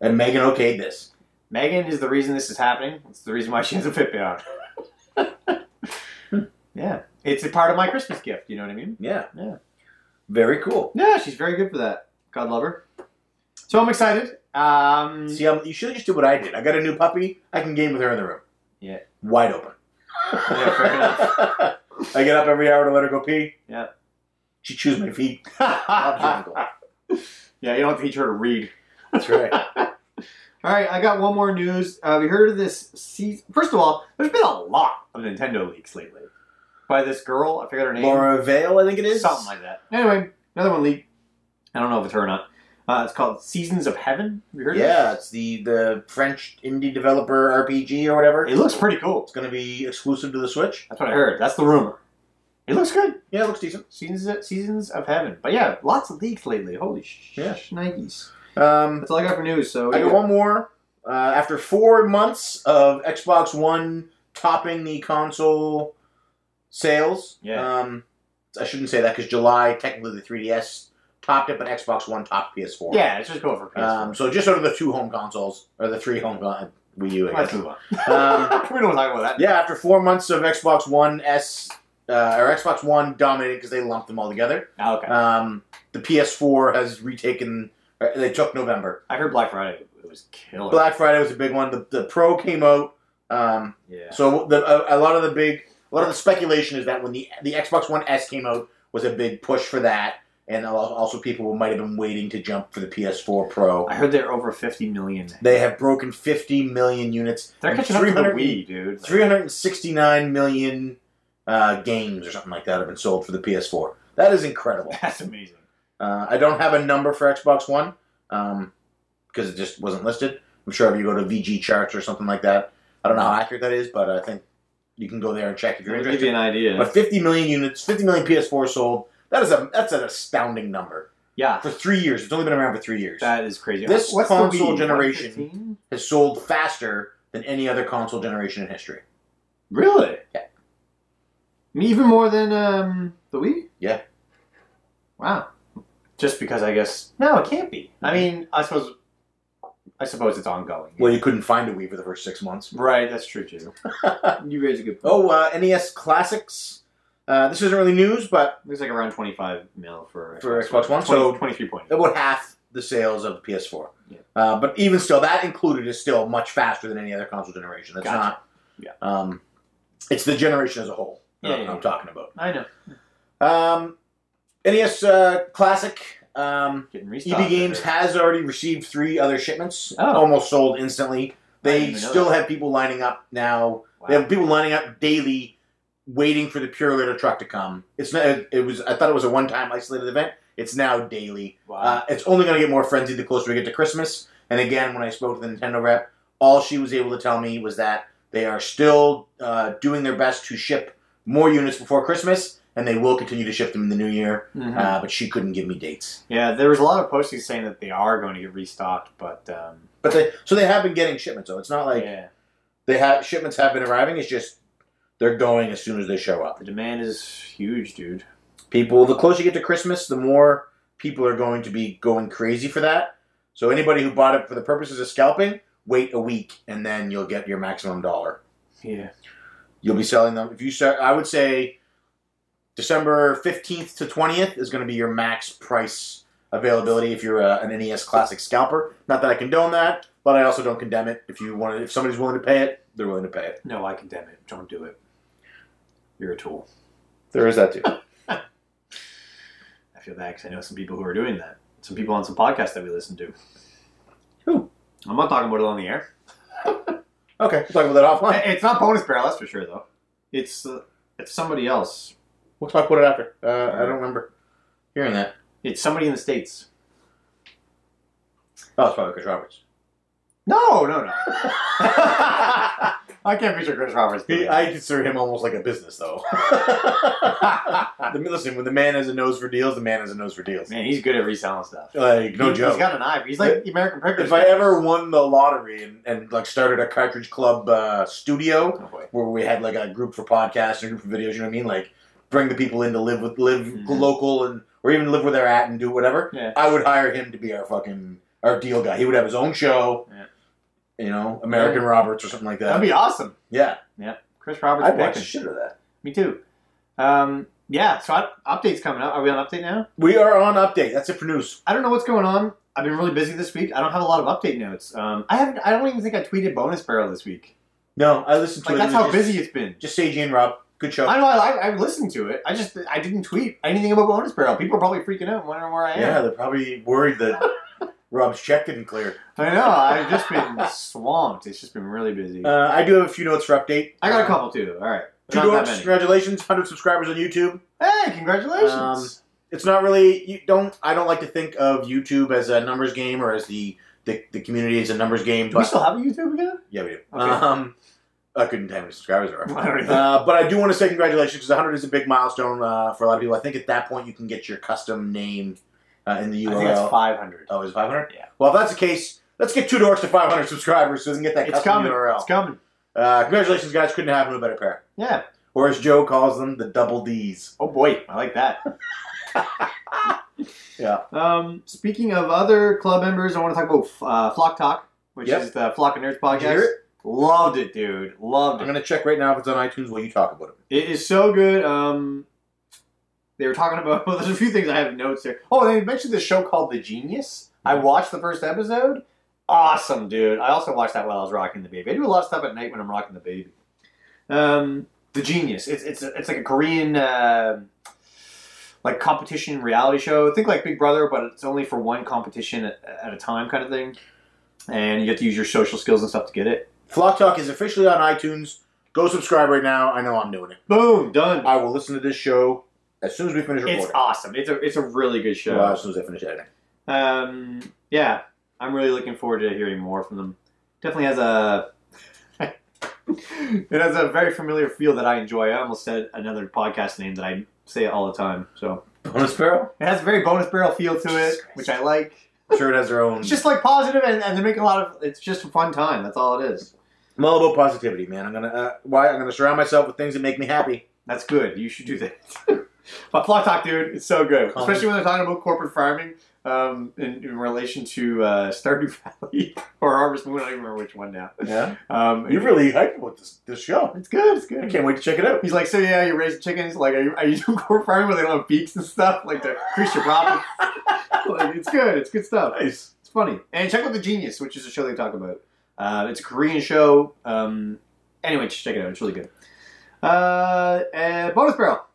Speaker 1: And Megan okayed this.
Speaker 2: Megan is the reason this is happening. It's the reason why she has a Fitbit on. yeah. It's a part of my Christmas gift, you know what I mean?
Speaker 1: Yeah.
Speaker 2: Yeah.
Speaker 1: Very cool.
Speaker 2: Yeah, she's very good for that. God love her. So I'm excited. Um,
Speaker 1: See, i you should just do what I did. I got a new puppy. I can game with her in the room.
Speaker 2: Yeah.
Speaker 1: Wide open.
Speaker 2: Yeah, fair
Speaker 1: I get up every hour to let her go pee.
Speaker 2: Yeah.
Speaker 1: She chews my feet.
Speaker 2: yeah, you don't have to teach her to read.
Speaker 1: That's right.
Speaker 2: All right, I got one more news. Uh, we heard of this season. First of all, there's been a lot of Nintendo leaks lately by this girl. I forgot her name.
Speaker 1: Laura Vale, I think it is.
Speaker 2: Something like that. Anyway, another one leaked. I don't know if it's her or not. Uh, it's called Seasons of Heaven. Have you heard of it?
Speaker 1: Yeah, it's the, the French indie developer RPG or whatever.
Speaker 2: It looks pretty cool.
Speaker 1: It's going to be exclusive to the Switch.
Speaker 2: That's what I heard. That's the rumor. It looks good.
Speaker 1: Yeah, it looks decent.
Speaker 2: Seasons of, seasons of Heaven. But yeah, lots of leaks lately. Holy sh-
Speaker 1: Yeah.
Speaker 2: shnikes.
Speaker 1: Um,
Speaker 2: That's all I got for news. So
Speaker 1: I got
Speaker 2: Oh, yeah.
Speaker 1: one more. Uh, after four months of Xbox One topping the console sales,
Speaker 2: Yeah.
Speaker 1: um, I shouldn't say that because July technically the 3DS topped it, but Xbox One topped PS4.
Speaker 2: Yeah, it's just go for PS4.
Speaker 1: Um, so just sort of the two home consoles or the three home con- Wii U. I
Speaker 2: Let's
Speaker 1: guess.
Speaker 2: move on.
Speaker 1: um,
Speaker 2: we don't want to talk about that.
Speaker 1: yeah, after four months of Xbox One S uh, or Xbox One dominating because they lumped them all together,
Speaker 2: Ah, okay.
Speaker 1: um, the PS4 has retaken. uh, They took November.
Speaker 2: I heard Black Friday it was killer.
Speaker 1: Black Friday was a big one. The, the Pro came out. Um,
Speaker 2: yeah.
Speaker 1: So the, a, a lot of the big, a lot of the speculation is that when the the Xbox One S came out was a big push for that, and al- also people might have been waiting to jump for the PS4 Pro.
Speaker 2: I heard they're over 50 million.
Speaker 1: They have broken 50 million units.
Speaker 2: They're
Speaker 1: and
Speaker 2: catching up to the
Speaker 1: 300
Speaker 2: Wii, dude.
Speaker 1: 369 million uh, games or something like that have been sold for the PS4. That is incredible.
Speaker 2: That's amazing.
Speaker 1: Uh, I don't have a number for Xbox One because it just wasn't listed. I'm sure if you go to VG charts or something like that, I don't know how accurate that is, but I think you can go there and check if you're
Speaker 2: It'll
Speaker 1: interested.
Speaker 2: give you an idea.
Speaker 1: But 50 million units, 50 million PS4 sold. That is a that's an astounding number
Speaker 2: Yeah,
Speaker 1: for three years. It's only been around for three years.
Speaker 2: that is crazy.
Speaker 1: This
Speaker 2: the
Speaker 1: console
Speaker 2: Wii?
Speaker 1: generation-
Speaker 2: 115?
Speaker 1: Has sold faster than any other console generation in history.
Speaker 2: Really?
Speaker 1: Yeah.
Speaker 2: Me even more than um, the Wii?
Speaker 1: Yeah.
Speaker 2: Wow. Just because I guess no, it can't be. I mean, I suppose, I suppose it's ongoing.
Speaker 1: Well, you couldn't find a Wii for the first six months.
Speaker 2: Right, that's true too. you raise a good point.
Speaker 1: Oh, uh, NES Classics. Uh, this isn't really news, but
Speaker 2: Looks like around 25 mil for
Speaker 1: For Xbox One,
Speaker 2: 20
Speaker 1: so-
Speaker 2: 23 point.
Speaker 1: about half the sales of PS4.
Speaker 2: Yeah.
Speaker 1: Uh, but even still, that included is still much faster than any other console generation. That's
Speaker 2: Gotcha.
Speaker 1: not.
Speaker 2: Yeah.
Speaker 1: Um, it's the generation as a whole. that
Speaker 2: Yeah,
Speaker 1: I'm-
Speaker 2: yeah,
Speaker 1: I'm
Speaker 2: yeah.
Speaker 1: talking about.
Speaker 2: I know.
Speaker 1: Um, NES uh, Classic. Um,
Speaker 2: Getting
Speaker 1: EB
Speaker 2: restocked.
Speaker 1: Games has already received three other shipments,
Speaker 2: Oh.
Speaker 1: almost sold instantly. They
Speaker 2: even know
Speaker 1: still
Speaker 2: that.
Speaker 1: have people lining up now.
Speaker 2: Wow.
Speaker 1: They have people lining up daily, waiting for the Pure Later truck to come. It's not. It, it was. I thought it was a one-time isolated event. It's now daily.
Speaker 2: Wow.
Speaker 1: Uh, it's only going to get more frenzied the closer we get to Christmas. And again, when I spoke to the Nintendo rep, all she was able to tell me was that they are still uh, doing their best to ship more units before Christmas, and they will continue to ship them in the new year.
Speaker 2: Mhm.
Speaker 1: Uh, but she couldn't give me dates.
Speaker 2: yeah, there was a lot of postings saying that they are going to get restocked, but um,
Speaker 1: But they so they have been getting shipments though. It's not like
Speaker 2: yeah,
Speaker 1: they have shipments have been arriving. It's just they're going as soon as they show up.
Speaker 2: the demand is huge, dude.
Speaker 1: People, the closer you get to Christmas, the more people are going to be going crazy for that. So anybody who bought it for the purposes of scalping, wait a week and then you'll get your maximum dollar.
Speaker 2: Yeah.
Speaker 1: You'll be selling them. If you start, I would say December fifteenth to twentieth is going to be your max price availability if you're a, an NES Classic scalper. Not that I condone that, but I also don't condemn it. If you want, to, if somebody's willing to pay it, they're willing to pay it.
Speaker 2: No, I condemn it. Don't do it. You're a tool.
Speaker 1: There is that too.
Speaker 2: I feel bad because I know some people who are doing that. Some people on some podcasts that we listen to.
Speaker 1: Who?
Speaker 2: I'm not talking about it on the air.
Speaker 1: Okay, we'll talk about that offline.
Speaker 2: Oh, It's not bonus barrel, that's for sure, though. It's uh, it's somebody else.
Speaker 1: We'll talk about it after. Uh, I don't remember hearing that.
Speaker 2: It's somebody in the states.
Speaker 1: Oh, it's probably Chris Roberts.
Speaker 2: No, no, no. I can't picture Chris Roberts. doing
Speaker 1: He-
Speaker 2: it.
Speaker 1: I consider him almost like a business, though. The- listen, when the man has a nose for deals, the man has a nose for deals.
Speaker 2: Man, he's good at reselling stuff.
Speaker 1: Like no
Speaker 2: He-
Speaker 1: joke.
Speaker 2: He's got an eye. He's like the American Pickers.
Speaker 1: if I ever won the lottery and, and like started a cartridge club uh, studio
Speaker 2: Oh, boy.
Speaker 1: where we had like a group for podcasts and a group for videos, you know what I mean? Like bring the people in to live with live
Speaker 2: Mhm.
Speaker 1: local and or even live where they're at and do whatever.
Speaker 2: Yeah.
Speaker 1: I would hire him to be our fucking our deal guy. He would have his own show.
Speaker 2: Yeah.
Speaker 1: You know, American Roberts or something like that.
Speaker 2: That'd be awesome.
Speaker 1: yeah,
Speaker 2: uh, Chris Roberts.
Speaker 1: I'd watch the
Speaker 2: Pickers.
Speaker 1: shit out of that.
Speaker 2: Me too. Um, yeah, so I, update's coming up. Are we on update now?
Speaker 1: We are on update. That's it for news.
Speaker 2: I don't know what's going on. I've been really busy this week. I don't have a lot of update notes. Um, I haven't. I don't even think I tweeted bonus barrel this week.
Speaker 1: No, I listened to
Speaker 2: Like
Speaker 1: it.
Speaker 2: that's
Speaker 1: and it
Speaker 2: how
Speaker 1: just,
Speaker 2: busy it's been.
Speaker 1: Just say Gene Rob. Good show.
Speaker 2: I know. I, I I listened to it. I just I didn't tweet anything about bonus barrel. People are probably freaking out, and wondering where I am.
Speaker 1: yeah, they're probably worried that Rob's check didn't clear.
Speaker 2: I know. I've just been swamped. It's just been really busy.
Speaker 1: Uh, I do have a few notes for update.
Speaker 2: I got a couple too. All right.
Speaker 1: Two
Speaker 2: Not that
Speaker 1: notes.
Speaker 2: many.
Speaker 1: Congratulations, hundred subscribers on YouTube.
Speaker 2: Hey, congratulations.
Speaker 1: Um, It's not really you don't. I don't like to think of YouTube as a numbers game or as the the, the community as a numbers game.
Speaker 2: Do we
Speaker 1: But
Speaker 2: still have a YouTube again?
Speaker 1: yeah, we do.
Speaker 2: Okay.
Speaker 1: Um, I couldn't tell how many subscribers there are.
Speaker 2: I don't know.
Speaker 1: Uh, but I do want to say congratulations because 100 is a big milestone uh, for a lot of people. I think at that point you can get your custom name uh, in the
Speaker 2: I
Speaker 1: URL.
Speaker 2: think that's 500.
Speaker 1: Oh, is it 500?
Speaker 2: Yeah.
Speaker 1: Well, if that's the case, let's get two doors to 500 subscribers so we can get that
Speaker 2: It's
Speaker 1: custom
Speaker 2: coming.
Speaker 1: URL.
Speaker 2: It's coming.
Speaker 1: Uh, congratulations, guys. Couldn't happen to a better pair.
Speaker 2: Yeah.
Speaker 1: Or as Joe calls them, the double Ds.
Speaker 2: Oh boy, I like that.
Speaker 1: Yeah.
Speaker 2: Um, speaking of other club members, I want to talk about uh, Flock Talk, which
Speaker 1: Yep.
Speaker 2: is the Flock of Nerds
Speaker 1: Did you hear
Speaker 2: podcast.
Speaker 1: it?
Speaker 2: Loved it, dude. Loved
Speaker 1: I'm
Speaker 2: it.
Speaker 1: gonna check right now if it's on iTunes while you talk about it.
Speaker 2: It is so good. Um, they were talking about. Well, there's a few things I have notes there. Oh, they mentioned this show called The Genius. I watched the first episode. Awesome, dude. I also watched that while I was rocking the baby. I do a lot of stuff at night when I'm rocking the baby. Um, the Genius. It's it's it's like a Korean uh, like competition reality show. Think like Big Brother, but it's only for one competition at, at a time, kind of thing. And you get to use your social skills and stuff to get it.
Speaker 1: Flock Talk is officially on iTunes. Go subscribe right now. I know I'm doing it.
Speaker 2: Boom, done.
Speaker 1: I will listen to this show as soon as we finish recording.
Speaker 2: It's awesome. It's a it's a really good show.
Speaker 1: Well, as soon as I finish editing.
Speaker 2: Um, yeah, I'm really looking forward to hearing more from them. Definitely has a it has a very familiar feel that I enjoy. I almost said another podcast name that I say all the time. So
Speaker 1: Bonus Barrel?
Speaker 2: it has a very bonus barrel feel to it,
Speaker 1: Jesus Christ.
Speaker 2: which I like.
Speaker 1: I'm sure it has their own.
Speaker 2: It's just like positive, and, and they're making a lot of. It's just a fun time. That's all it is.
Speaker 1: I'm all about positivity, man. I'm gonna uh, why I'm gonna surround myself with things that make me happy.
Speaker 2: That's good. You should do that. but Flock Talk, dude, it's so good,
Speaker 1: Colin.
Speaker 2: especially when they're talking about corporate farming um, in, in relation to uh, Stardew Valley or Harvest Moon. I don't even remember which one now.
Speaker 1: Yeah,
Speaker 2: Um,
Speaker 1: you're really hyped about this this show.
Speaker 2: It's good. It's
Speaker 1: I
Speaker 2: good.
Speaker 1: can't wait to check it out.
Speaker 2: He's like, so yeah, you raise chickens. Like, are you, are you doing corn farming where they don't have beaks and stuff, like to increase your profits? like, it's good. It's good stuff.
Speaker 1: Nice.
Speaker 2: It's funny. And check out the Genius, which is a show they talk about. Uh, it's a Korean show. Um, anyway, just check it out. It's really good. Uh, and bonus barrel.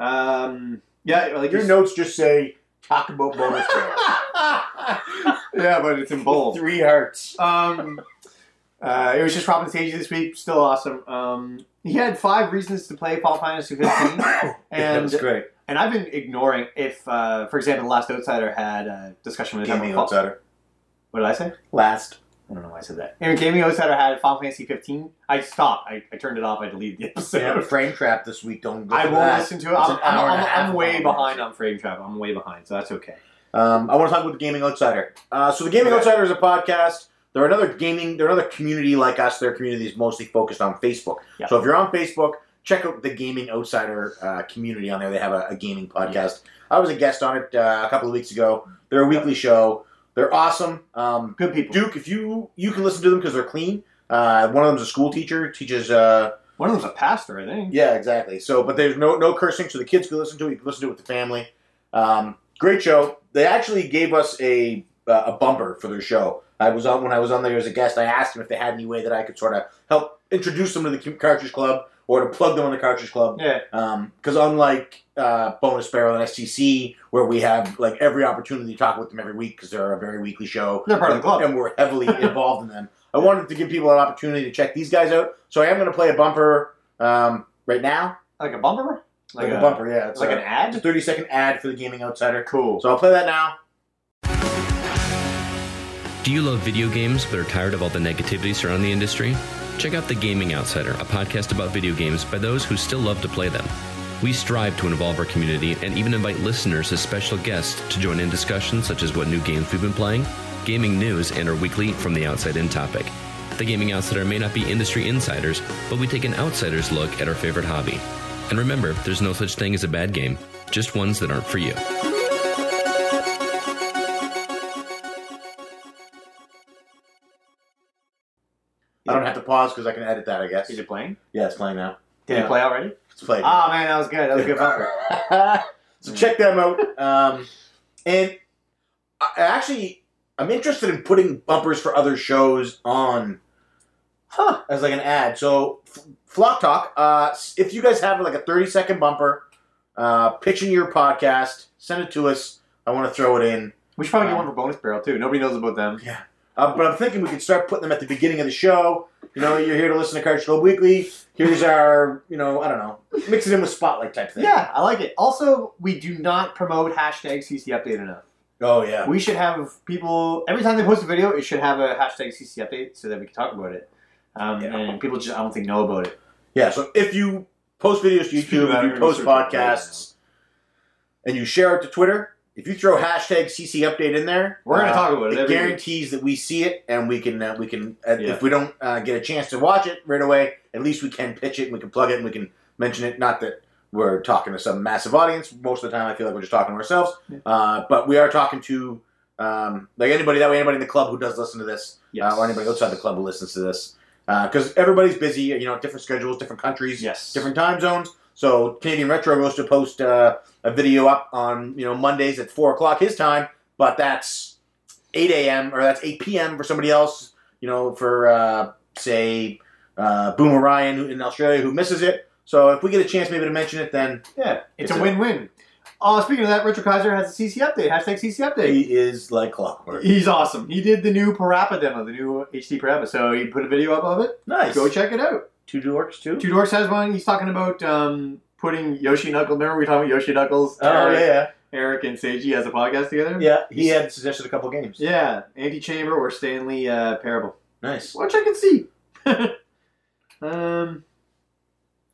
Speaker 2: Um, yeah, like
Speaker 1: Your
Speaker 2: you-
Speaker 1: notes just say talk about Bonus Barrel.
Speaker 2: yeah, but it's in bold.
Speaker 1: Three hearts.
Speaker 2: Um, uh, it was just Robin Stagey this week. Still awesome. Um, he had five reasons to play Fall Fantasy 15,
Speaker 1: That's
Speaker 2: and
Speaker 1: great.
Speaker 2: and I've been ignoring if, uh, for example, The Last Outsider had a discussion with him.
Speaker 1: Gaming
Speaker 2: about Fall-
Speaker 1: outsider.
Speaker 2: What did I say?
Speaker 1: Last.
Speaker 2: I don't know why I said that. Anyway, Gaming Outsider had Final Fantasy 15. I stopped. I, I turned it off. I deleted the
Speaker 1: Yeah,
Speaker 2: episode.
Speaker 1: frame trap this week. Don't. Go
Speaker 2: I
Speaker 1: for
Speaker 2: will
Speaker 1: that.
Speaker 2: listen to it.
Speaker 1: It's
Speaker 2: I'm,
Speaker 1: an
Speaker 2: I'm,
Speaker 1: hour and a
Speaker 2: I'm-
Speaker 1: half
Speaker 2: I'm
Speaker 1: of
Speaker 2: way
Speaker 1: Final
Speaker 2: behind
Speaker 1: Fantasy.
Speaker 2: on Frame Trap. I'm way behind, so that's okay.
Speaker 1: Um, I want to talk about the Gaming Outsider. Uh, so the Gaming
Speaker 2: Okay.
Speaker 1: Outsider is a podcast. They're another gaming. They're another community like us. Their community is mostly focused on Facebook.
Speaker 2: Yeah.
Speaker 1: So if you're on Facebook, check out the Gaming Outsider uh, community on there. They have a, a gaming podcast. I was a guest on it uh, a couple of weeks ago. They're a weekly show. They're awesome. Um,
Speaker 2: Good people.
Speaker 1: Duke, if you you can listen to them because they're clean. Uh, one of them's a school teacher. Teaches. Uh,
Speaker 2: One of them's a pastor, I think.
Speaker 1: yeah, exactly. So, but there's no no cursing, so the kids can listen to it. You can listen to it with the family. Um, great show. They actually gave us a uh, a bumper for their show. I was on when I was on there as a guest. I asked them if they had any way that I could sort of help introduce them to the Cu- Cartridge Club or to plug them in the Cartridge Club.
Speaker 2: Yeah.
Speaker 1: Because unlike uh, Bonus Barrel and STC, where we have like every opportunity to talk with them every week because they're a very weekly show,
Speaker 2: They're part of the club.
Speaker 1: and we're heavily involved in them. I wanted to give people an opportunity to check these guys out, so I am going to play a bumper um, right now,
Speaker 2: Like a bumper?
Speaker 1: like, a, bumper. Yeah, it's
Speaker 2: Like
Speaker 1: a,
Speaker 2: an ad?
Speaker 1: it's a thirty second ad for the Gaming Outsider.
Speaker 2: Cool.
Speaker 1: So I'll play that now.
Speaker 3: Do you love video games but are tired of all the negativity surrounding the industry? Check out The Gaming Outsider, a podcast about video games by those who still love to play them. We strive to involve our community and even invite listeners as special guests to join in discussions such as what new games we've been playing, gaming news, and our weekly From the Outside In topic. The Gaming Outsider may not be industry insiders, but we take an outsider's look at our favorite hobby. And remember, there's no such thing as a bad game, just ones that aren't for you.
Speaker 1: I don't have to pause because I can edit that. I guess.
Speaker 2: Is it playing?
Speaker 1: Yeah, it's playing now.
Speaker 2: Did
Speaker 1: Yeah.
Speaker 2: it play already?
Speaker 1: It's playing.
Speaker 2: Oh man, that was good. That was a good bumper.
Speaker 1: so check them out. Um, and I I actually, I'm interested in putting bumpers for other shows on
Speaker 2: Huh.
Speaker 1: as like an ad. So F- Flock Talk, uh, s- if you guys have like a 30 second bumper uh, pitching your podcast, send it to us. I want to throw it in.
Speaker 2: We should probably get one for Bonus Barrel too. Nobody knows about them.
Speaker 1: Uh, but I'm thinking we could start putting them at the beginning of the show. You know, you're here to listen to Cartridge Club Weekly. Here's our, you know, I don't know, mix it in with Spotlight type thing.
Speaker 2: Yeah, I like it. Also, we do not promote hashtag CC update enough.
Speaker 1: Oh yeah.
Speaker 2: We should have people every time they post a video, it should have a hashtag CC update so that we can talk about it. Um,
Speaker 1: Yeah.
Speaker 2: And people just I don't think know about it.
Speaker 1: Yeah, so if you post videos to
Speaker 2: Speaking
Speaker 1: YouTube,
Speaker 2: of that,
Speaker 1: if
Speaker 2: I'm
Speaker 1: you
Speaker 2: gonna
Speaker 1: post
Speaker 2: search up right
Speaker 1: podcasts, and you share it to Twitter, if you throw hashtag CC update in there,
Speaker 2: We're gonna
Speaker 1: uh,
Speaker 2: talk
Speaker 1: It
Speaker 2: about it. every week.
Speaker 1: guarantees that we see it, and we can uh, we can uh,
Speaker 2: Yeah.
Speaker 1: if we don't uh, get a chance to watch it right away, at least we can pitch it, and we can plug it, and we can mention it. Not that we're talking to some massive audience. Most of the time, I feel like we're just talking to ourselves. Uh, but we are talking to um, like anybody that way, anybody in the club who does listen to this,
Speaker 2: Yes.
Speaker 1: uh, or anybody outside the club who listens to this, because everybody's busy. You know, different schedules, different countries,
Speaker 2: Yes.
Speaker 1: different time zones. So Canadian Retro goes to post uh, a video up on you know Mondays at four o'clock his time, but that's eight a.m. or that's eight p.m. for somebody else. You know, for uh, say uh, Boom Orion who- in Australia who misses it. So if we get a chance maybe to mention it, then
Speaker 2: Yeah, it's,
Speaker 1: It's
Speaker 2: a
Speaker 1: a-
Speaker 2: win-win. Oh, speaking of that, Richard Kaiser has a CC update. Hashtag CC update.
Speaker 1: he is like clockwork.
Speaker 2: He's awesome. He did the new Parappa demo, the new HD Parappa. So he put a video up of it.
Speaker 1: Nice.
Speaker 2: Go check it out.
Speaker 1: Two dorks too.
Speaker 2: Two Dorks has one. He's talking about um, putting Yoshi and Knuckles. Remember we were talking about Yoshi and Knuckles?
Speaker 1: Oh
Speaker 2: Eric,
Speaker 1: yeah,
Speaker 2: Eric and Seiji has a podcast together.
Speaker 1: yeah. He had suggested a couple games.
Speaker 2: Yeah, Antichamber or Stanley uh, Parable.
Speaker 1: Nice.
Speaker 2: Watch, I can see. um,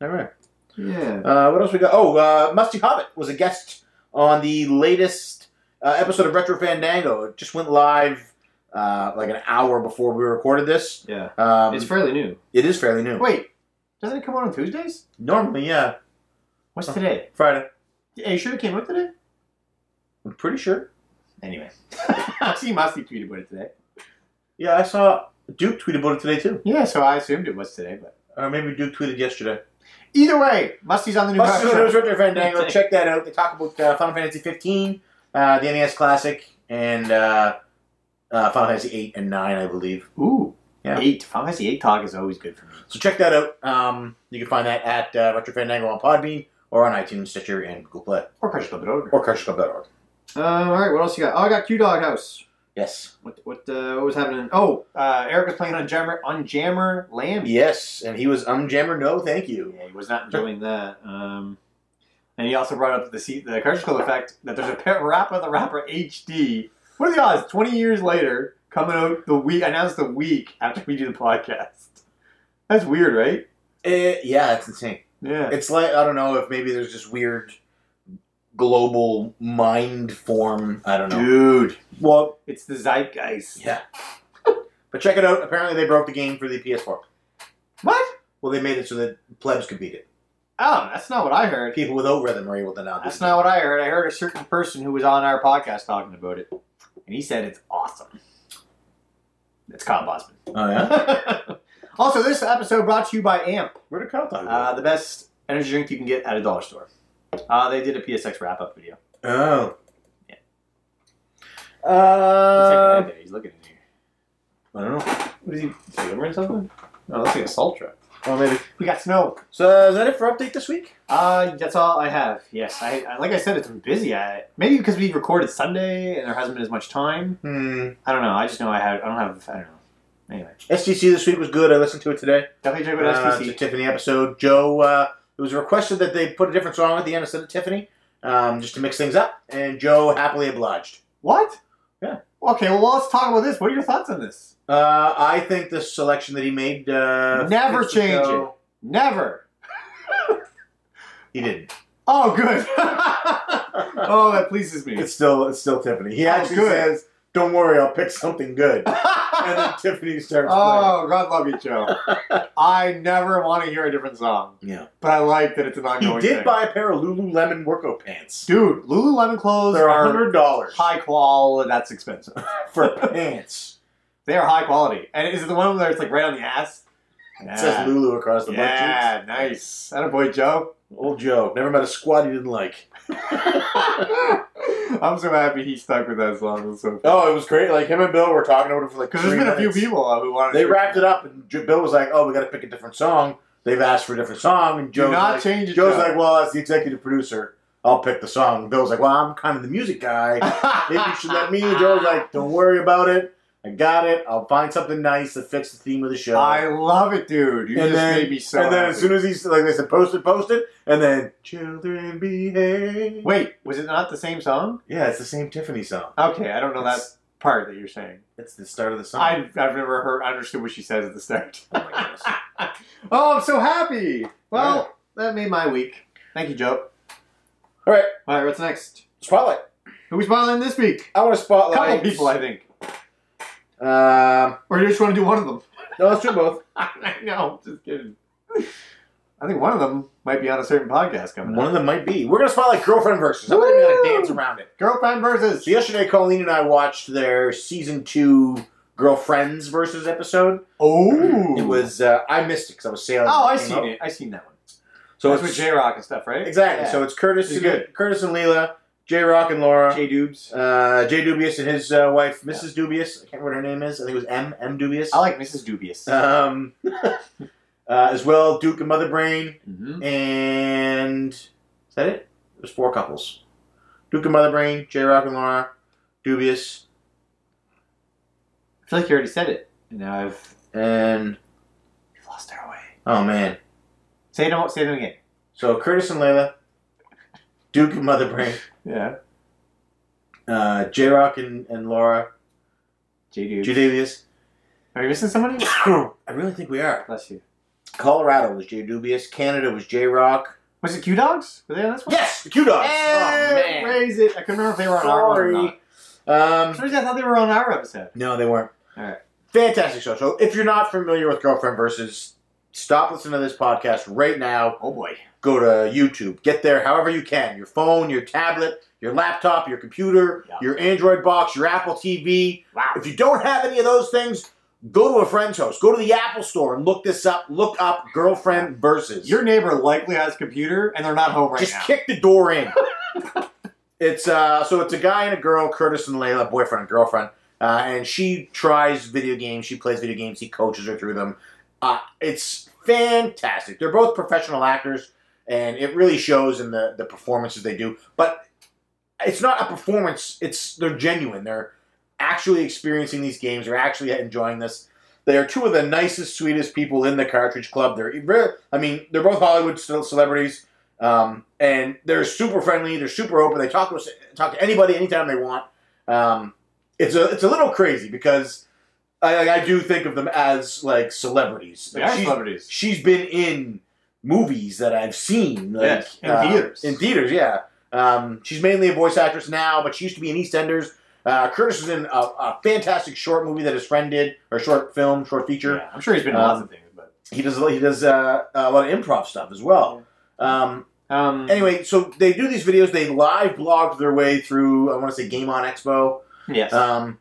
Speaker 1: All right.
Speaker 2: yeah.
Speaker 1: Uh, what else we got? Oh, uh, Musty Hobbit was a guest on the latest uh, episode of Retro Fandango. It just went live uh, like an hour before we recorded this.
Speaker 2: Yeah.
Speaker 1: Um,
Speaker 2: it's fairly new.
Speaker 1: it is fairly new.
Speaker 2: Wait, doesn't it come out on Tuesdays?
Speaker 1: Normally, yeah,
Speaker 2: What's
Speaker 1: Huh.
Speaker 2: today?
Speaker 1: Friday.
Speaker 2: Are you sure it came out today?
Speaker 1: I'm pretty sure.
Speaker 2: Anyway. I see Musty tweeted about it today.
Speaker 1: Yeah, I saw Duke tweeted about it today too,
Speaker 2: Yeah, so I assumed it was today, but
Speaker 1: or maybe Duke tweeted yesterday.
Speaker 2: either way, Musty's on the new
Speaker 1: Musty
Speaker 2: Musty's
Speaker 1: Hobbit was Retro Fandango. Check that out. They talk about uh, Final Fantasy 15, uh, the NES Classic, and uh, uh, Final Fantasy 8 and 9, I believe.
Speaker 2: Ooh.
Speaker 1: Yeah.
Speaker 2: Eight. Final Fantasy eight talk is always good for me.
Speaker 1: So check that out. Um, you can find that at uh, Retro Fandango on Podbean or on iTunes, Stitcher, and Google Play
Speaker 2: Or Crush Club Ogre.
Speaker 1: or CouchClub.org.
Speaker 2: Um, all right, what else you got? Oh, I got Q Dog House.
Speaker 1: Yes.
Speaker 2: What what uh, what was happening? Oh, uh, Eric was playing on Jammer on Jammer Lamb.
Speaker 1: Yes, and he was Umjammer. No, thank you.
Speaker 2: Yeah, he was not enjoying that. Um, and he also brought up the C- the Cartridge Club effect that there's a pa- Rappa the Rapper HD. What are the odds? Twenty years later, coming out the week announced the week after we do the podcast. That's weird, right?
Speaker 1: Eh, yeah, it's insane.
Speaker 2: Yeah.
Speaker 1: It's like I don't know if maybe there's just weird global mind form. I don't know.
Speaker 2: Dude,
Speaker 1: Well,
Speaker 2: it's the zeitgeist.
Speaker 1: yeah. but check it out. Apparently, they broke the game for the PS4.
Speaker 2: What?
Speaker 1: Well, they made it so that plebs could beat it.
Speaker 2: Oh, that's not what I heard.
Speaker 1: People without rhythm are able to now. do
Speaker 2: That's
Speaker 1: it.
Speaker 2: not what I heard. I heard a certain person who was on our podcast talking about it, and he said it's awesome. It's Kyle Bosman.
Speaker 1: Oh yeah.
Speaker 2: also, this episode brought to you by AMP.
Speaker 1: Where did Kyle talk about?
Speaker 2: Uh, the best energy drink you can get at a dollar store. Uh, they did a PSX wrap up video.
Speaker 1: oh.
Speaker 2: Yeah. Looks
Speaker 1: Uh,
Speaker 2: like a guy there. He's looking in here.
Speaker 1: I don't know.
Speaker 2: What is he? Is he over in something? No, looks like a salt truck.
Speaker 1: Oh, maybe.
Speaker 2: We got snow.
Speaker 1: So is that it for update this week?
Speaker 2: Uh, that's all I have. Yes, I, I like I said, it's been busy. I, maybe because we recorded Sunday and there hasn't been as much time.
Speaker 1: Hmm.
Speaker 2: I don't know. I just know I had. I don't have. I don't know. Anyway,
Speaker 1: STC this week was good. I listened to it today.
Speaker 2: definitely check out
Speaker 1: Uh,
Speaker 2: STC.
Speaker 1: it's a Tiffany episode. Joe. Uh, it was requested that they put a different song at the end instead of Tiffany, um, just to mix things up. And Joe happily obliged.
Speaker 2: what?
Speaker 1: Yeah.
Speaker 2: Okay. Well, let's talk about this. What are your thoughts on this?
Speaker 1: Uh, I think the selection that he made uh,
Speaker 2: Never
Speaker 1: fits the
Speaker 2: change
Speaker 1: show.
Speaker 2: Never.
Speaker 1: He didn't.
Speaker 2: Oh, good. oh, that pleases me.
Speaker 1: It's still it's still Tiffany. He
Speaker 2: Oh,
Speaker 1: actually
Speaker 2: good.
Speaker 1: says, "Don't worry, I'll pick something good." And then
Speaker 2: oh,
Speaker 1: Tiffany starts
Speaker 2: God love you, Joe. I never want to hear a different song,
Speaker 1: playing. Yeah.
Speaker 2: but I like that it's an
Speaker 1: He
Speaker 2: ongoing
Speaker 1: did
Speaker 2: thing.
Speaker 1: buy a pair of Lululemon workout pants.
Speaker 2: Dude, Lululemon clothes
Speaker 1: They're
Speaker 2: are
Speaker 1: hundred dollars
Speaker 2: high quality. That's expensive.
Speaker 1: for pants.
Speaker 2: They are high quality. And is it the one where it's like right on the ass?
Speaker 1: It says Lulu across the butt cheeks.
Speaker 2: Yeah, nice. That a boy, Joe.
Speaker 1: Old Joe. Never met a squad he didn't like.
Speaker 2: I'm so happy he stuck with that song. It was so
Speaker 1: Oh, it was great. Like him and Bill were talking about it for like
Speaker 2: Because there's
Speaker 1: three
Speaker 2: been a few
Speaker 1: minutes.
Speaker 2: people uh, who wanted
Speaker 1: They
Speaker 2: to
Speaker 1: wrapped it up, and J- Bill was like, "Oh, we got to pick a different song." They've asked for a different song, and
Speaker 2: Do
Speaker 1: Joe's
Speaker 2: not
Speaker 1: like,
Speaker 2: change it,
Speaker 1: Joe's
Speaker 2: Joe.
Speaker 1: like, "Well, as the executive producer, I'll pick the song." Bill's like, "Well, I'm kind of the music guy. Maybe you should let me." Joe's like, "Don't worry about it. I got it. I'll find something nice that fits the theme of the show."
Speaker 2: I love it, dude. You
Speaker 1: And
Speaker 2: just
Speaker 1: then-
Speaker 2: made me so
Speaker 1: and then
Speaker 2: happy.
Speaker 1: as soon as he's like they said, "Post it, post it," and then "Children Behave."
Speaker 2: Wait, was it not the same song?
Speaker 1: Yeah, it's the same Tiffany song.
Speaker 2: Okay, I don't know that
Speaker 1: It's-
Speaker 2: part that you're saying.
Speaker 1: It's the start of the song.
Speaker 2: I've, I've never heard, I understood what she says at the start.
Speaker 1: Oh my goodness.
Speaker 2: Oh, I'm so happy. Well, that made my week. Thank you, Joe.
Speaker 1: All right,
Speaker 2: All right, what's next?
Speaker 1: spotlight.
Speaker 2: Who we smiling this week?
Speaker 1: I want to
Speaker 2: A
Speaker 1: spotlight.
Speaker 2: couple people, I think.
Speaker 1: Um,
Speaker 2: Or you just want to do one of them?
Speaker 1: no, let's do both.
Speaker 2: I know, I'm just kidding. I think one of them might be on a certain podcast coming
Speaker 1: One
Speaker 2: up.
Speaker 1: of them might be. We're gonna spotlight girlfriend versus. I'm not even
Speaker 2: Woo!
Speaker 1: gonna dance around it.
Speaker 2: Girlfriend versus.
Speaker 1: So yesterday, Colleen and I watched their season two girlfriends versus episode.
Speaker 2: Oh,
Speaker 1: It was uh, I missed it because I was sailing.
Speaker 2: Oh,
Speaker 1: when
Speaker 2: I
Speaker 1: came
Speaker 2: seen
Speaker 1: up.
Speaker 2: it. I seen that one.
Speaker 1: So
Speaker 2: That's
Speaker 1: it's
Speaker 2: with J Rock and stuff, right?
Speaker 1: exactly. So it's Curtis
Speaker 2: It's
Speaker 1: and
Speaker 2: good.
Speaker 1: Curtis and Leela, J Rock and Laura,
Speaker 2: J Dubes.
Speaker 1: uh, Jay Dubious and his uh, wife Mrs. Dubious. I can't remember what her name is. I think it was M M Dubious.
Speaker 2: I like Mrs. Dubious.
Speaker 1: Um, uh, as well, Duke and Mother Brain,
Speaker 2: Mhm.
Speaker 1: and is that it? It was four couples: Duke and Mother Brain, J Rock and Laura, Dubious,
Speaker 2: I feel like you already said it. And now I've
Speaker 1: and
Speaker 2: we've lost our way.
Speaker 1: oh man,
Speaker 2: Say them. Say them again.
Speaker 1: So Curtis and Layla, Duke and Mother Brain,
Speaker 2: Yeah.
Speaker 1: uh, J Rock and, and Laura,
Speaker 2: J Dubes.
Speaker 1: Judavius.
Speaker 2: Are you missing somebody?
Speaker 1: I really think we are.
Speaker 2: Bless you.
Speaker 1: Colorado was J Dubious. Canada was J Rock.
Speaker 2: Was it Q Dogs? Were they on this one?
Speaker 1: Yes, the Q Dogs. Oh,
Speaker 2: Hey, raise it. I couldn't remember if they were on our one or
Speaker 1: Sorry.
Speaker 2: not. For some
Speaker 1: Um,
Speaker 2: reason, I thought they were on our episode.
Speaker 1: no, they weren't.
Speaker 2: Alright.
Speaker 1: Fantastic show. So if you're not familiar with Girlfriend Versus, stop listening to this podcast right now.
Speaker 2: Oh boy.
Speaker 1: Go to YouTube. Get there however you can. Your phone, your tablet, your laptop, your computer,
Speaker 2: Yeah.
Speaker 1: your Android box, your Apple TV,
Speaker 2: Wow.
Speaker 1: If you don't have any of those things, go to a friend's house. Go to the Apple store and look this up. Look up girlfriend versus.
Speaker 2: Your neighbor likely has a computer, and they're not home right
Speaker 1: just
Speaker 2: now.
Speaker 1: kick the door in. it's uh, so it's a guy and a girl, Curtis and Layla, boyfriend and girlfriend, uh, and she tries video games. She plays video games. He coaches her through them. Uh, it's fantastic. They're both professional actors, and it really shows in the the performances they do. But it's not a performance. It's they're genuine. They're actually experiencing these games. They're actually enjoying this. They are two of the nicest, sweetest people in the Cartridge Club. They're, re- I mean, they're both Hollywood ce- celebrities. Um, and they're super friendly. They're super open. They talk to us, talk to anybody anytime they want. Um, it's a it's a little crazy because I, I do think of them as like celebrities.
Speaker 2: They are
Speaker 1: She's-
Speaker 2: celebrities.
Speaker 1: she's been in movies that I've seen. Like,
Speaker 2: Yes, in
Speaker 1: uh,
Speaker 2: theaters.
Speaker 1: In theaters, yeah. Um, she's mainly a voice actress now, but she used to be in EastEnders. Uh, Curtis was in a, a fantastic short movie that his friend did, or short film, short feature
Speaker 2: Yeah, I'm sure he's been in
Speaker 1: Um,
Speaker 2: lots of things, but
Speaker 1: he does he does uh, a lot of improv stuff as well. Um,
Speaker 2: um,
Speaker 1: anyway, so they do these videos. They live blogged their way through. I want to say Game On Expo.
Speaker 2: yes,
Speaker 1: Um,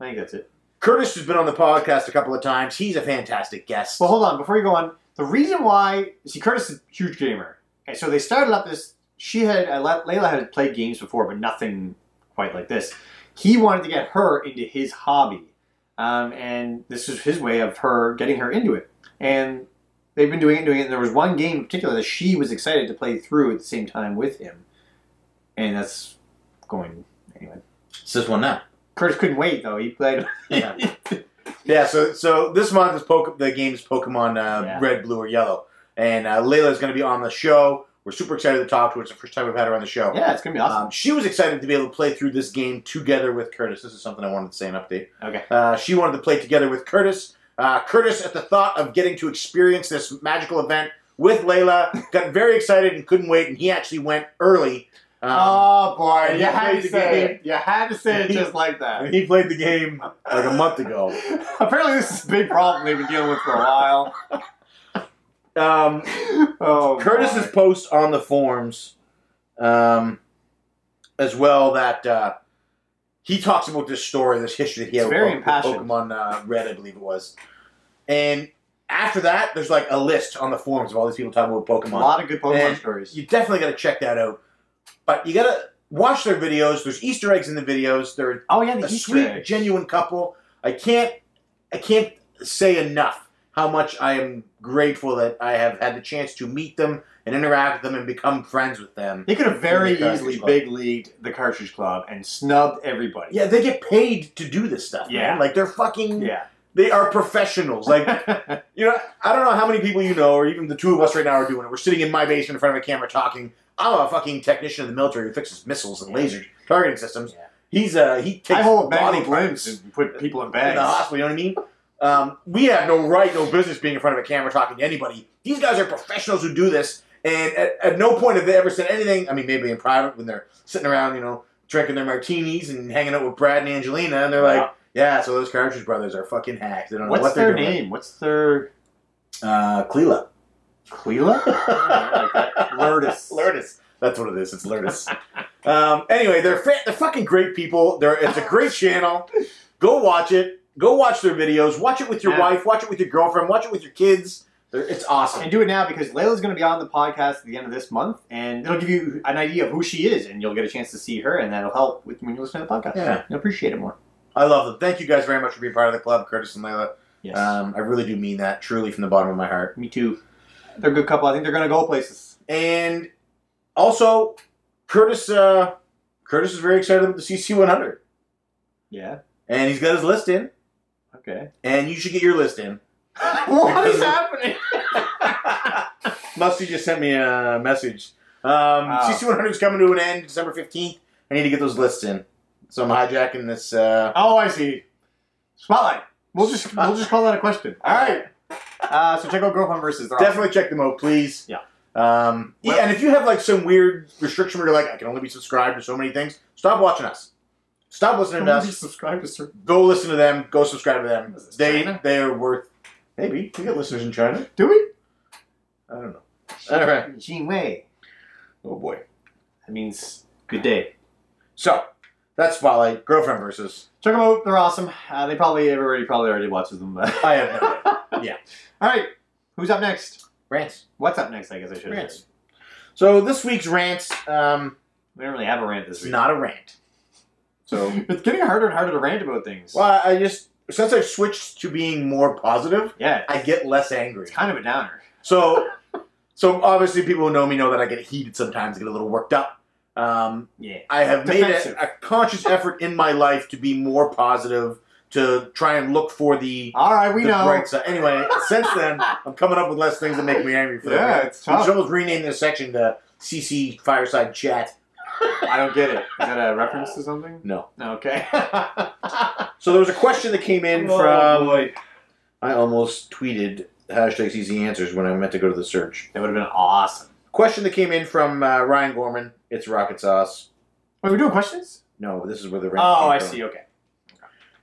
Speaker 2: I think that's it.
Speaker 1: Curtis has been on the podcast a couple of times. He's a fantastic guest.
Speaker 2: Well, hold on. Before you go on, the reason why see Curtis is a huge gamer, and so they started up this. She had uh, Le- Layla had played games before, but nothing quite like this. He wanted to get her into his hobby, um, and this is his way of her getting her into it. And they've been doing it, doing it. And there was one game in particular that she was excited to play through at the same time with him, and that's going anyway.
Speaker 1: It's this one now.
Speaker 2: Curtis couldn't wait though. He played.
Speaker 1: Yeah. yeah. So so this month is Poke- the game's Pokemon uh,
Speaker 2: Yeah.
Speaker 1: Red, Blue, or Yellow, and uh, Layla is going to be on the show. We're super excited to talk to her. It's the first time we've had her on the show.
Speaker 2: Yeah, it's gonna be awesome.
Speaker 1: Um, she was excited to be able to play through this game together with Curtis. This is something I wanted to say an update.
Speaker 2: okay.
Speaker 1: Uh, she wanted to play together with Curtis. Uh, Curtis, at the thought of getting to experience this magical event with Layla, got very excited and couldn't wait, and he actually went early. Um,
Speaker 2: oh boy,
Speaker 1: and he played the game.
Speaker 2: You had to say
Speaker 1: He-
Speaker 2: like that.
Speaker 1: and he played the game like a month ago.
Speaker 2: Apparently, this is a big problem they've been dealing with for a while.
Speaker 1: Um,
Speaker 2: Oh,
Speaker 1: Curtis's post on the forums, um, as well that uh, he talks about this story, this history that he
Speaker 2: It's
Speaker 1: had
Speaker 2: very
Speaker 1: with, Po-
Speaker 2: impassioned.
Speaker 1: with Pokemon uh, Red, I believe it was. And after that, there's like a list on the forums of all these people talking about
Speaker 2: a
Speaker 1: Pokemon.
Speaker 2: lot of good Pokemon
Speaker 1: And
Speaker 2: stories.
Speaker 1: you definitely got to check that out. But you got to watch their videos. There's Easter eggs in the videos. They're
Speaker 2: oh yeah,
Speaker 1: a
Speaker 2: the
Speaker 1: sweet,
Speaker 2: Easter egg.
Speaker 1: genuine couple. I can't, I can't say enough how much I am grateful that I have had the chance to meet them and interact with them and become friends with them.
Speaker 2: They could have very
Speaker 1: In the Cartridge
Speaker 2: easily
Speaker 1: Club.
Speaker 2: big leagued the Cartridge Club and snubbed everybody.
Speaker 1: Yeah, they get paid to do this stuff.
Speaker 2: Yeah.
Speaker 1: man. like they're fucking.
Speaker 2: Yeah.
Speaker 1: They are professionals. Like you know, I don't know how many people you know, or even the two of us right now are doing it. We're sitting in my basement in front of a camera talking. I'm a fucking technician in the military who fixes missiles and laser targeting systems.
Speaker 2: Yeah.
Speaker 1: He's uh he takes
Speaker 2: I hold
Speaker 1: body
Speaker 2: body
Speaker 1: parts
Speaker 2: limbs
Speaker 1: in
Speaker 2: and put people in
Speaker 1: the
Speaker 2: bags.
Speaker 1: hospital. You know what I mean? Um, we have no right, no business being in front of a camera talking to anybody. These guys are professionals who do this, and at, at no point have they ever said anything. I mean, maybe in private when they're sitting around, you know, drinking their martinis and hanging out with Brad and Angelina, and they're like, "Yeah, so those Cartridge Brothers are fucking hacks. They don't know
Speaker 2: What's
Speaker 1: what
Speaker 2: their
Speaker 1: they're doing."
Speaker 2: name? What's their
Speaker 1: Uh, Cleela.
Speaker 2: Cleela? Lurtis.
Speaker 1: Lurtis. That's what it is. It's Lurtis. um, anyway, they're fa- they're fucking great people. They're it's a great channel. Go watch it. Go watch their videos. Watch it with your
Speaker 2: Yeah.
Speaker 1: wife. Watch it with your girlfriend. Watch it with your kids. They're, it's awesome.
Speaker 2: And do it now because Layla's going to be on the podcast at the end of this month, and it'll give you an idea of who she is, and you'll get a chance to see her, and that'll help with, when you listen to the podcast.
Speaker 1: Yeah.
Speaker 2: You'll appreciate it more.
Speaker 1: I love them. Thank you guys very much for being part of the club, Curtis and Layla.
Speaker 2: Yes.
Speaker 1: Um, I really do mean that, truly from the bottom of my heart.
Speaker 2: Uh, Me too. They're a good couple. I think they're going to go places.
Speaker 1: And also, Curtis uh, Curtis is very excited about the CC100,
Speaker 2: Yeah.
Speaker 1: and he's got his list in.
Speaker 2: Okay.
Speaker 1: And you should get your list in.
Speaker 2: what is happening?
Speaker 1: Musty just sent me a message. Um,
Speaker 2: Wow.
Speaker 1: CC100 is coming to an end December 15th. I need to get those lists in. So I'm hijacking this. Uh,
Speaker 2: Oh, I see. Spotlight. We'll just we'll just call that a question.
Speaker 1: all right.
Speaker 2: Uh, so check out girlfriend versus. They're awesome.
Speaker 1: Definitely check them out, please.
Speaker 2: Yeah.
Speaker 1: Um, yeah,
Speaker 2: Well-
Speaker 1: and if you have like some weird restriction where you're like, I can only be subscribed to so many things, stop watching us. Stop listening to
Speaker 2: Don't be
Speaker 1: us.
Speaker 2: subscribed to certain-
Speaker 1: Go listen to them. Go subscribe to them.
Speaker 2: Is this
Speaker 1: They
Speaker 2: China?
Speaker 1: they are worth. Maybe we got listeners in China.
Speaker 2: Do we?
Speaker 1: I don't know. All right.
Speaker 2: Jean Wei.
Speaker 1: Oh boy.
Speaker 2: That means good day.
Speaker 1: So that's Spotlight girlfriend versus.
Speaker 2: Check them out. They're awesome. Uh, they probably everybody probably already watches them. But.
Speaker 1: I have no idea.
Speaker 2: All right. Who's up next?
Speaker 1: Rants.
Speaker 2: What's up next? I guess I should. have
Speaker 1: Rants.
Speaker 2: said.
Speaker 1: So this week's rants, um,
Speaker 2: We don't really have a rant this
Speaker 1: it's
Speaker 2: week.
Speaker 1: not a rant. So,
Speaker 2: It's getting harder and harder to rant about things.
Speaker 1: well, I just since I've switched to being more positive,
Speaker 2: Yeah.
Speaker 1: I get less angry.
Speaker 2: It's kind of a downer.
Speaker 1: So, so obviously, people who know me know that I get heated sometimes, get a little worked up. Um,
Speaker 2: Yeah.
Speaker 1: I have made
Speaker 2: Defensive.
Speaker 1: a, a conscious effort in my life to be more positive, to try and look for the,
Speaker 2: All right. We
Speaker 1: the
Speaker 2: know.
Speaker 1: bright side. Anyway, since then, I'm coming up with less things that make me angry. For
Speaker 2: Yeah,
Speaker 1: that.
Speaker 2: it's
Speaker 1: We
Speaker 2: tough.
Speaker 1: should almost rename this section to CC Fireside Chat.
Speaker 2: I don't get it. Is that a reference to something?
Speaker 1: No.
Speaker 2: Okay.
Speaker 1: So there was a question that came in from.
Speaker 2: Oh, boy.
Speaker 1: I almost tweeted hashtag CC answers when I meant to go to the search.
Speaker 2: That would have been awesome.
Speaker 1: Question that came in from uh, Ryan Gorman. It's rocket sauce.
Speaker 2: Wait, we're doing questions?
Speaker 1: No, this is where the rant
Speaker 2: Oh,
Speaker 1: came
Speaker 2: I
Speaker 1: from.
Speaker 2: see. Okay.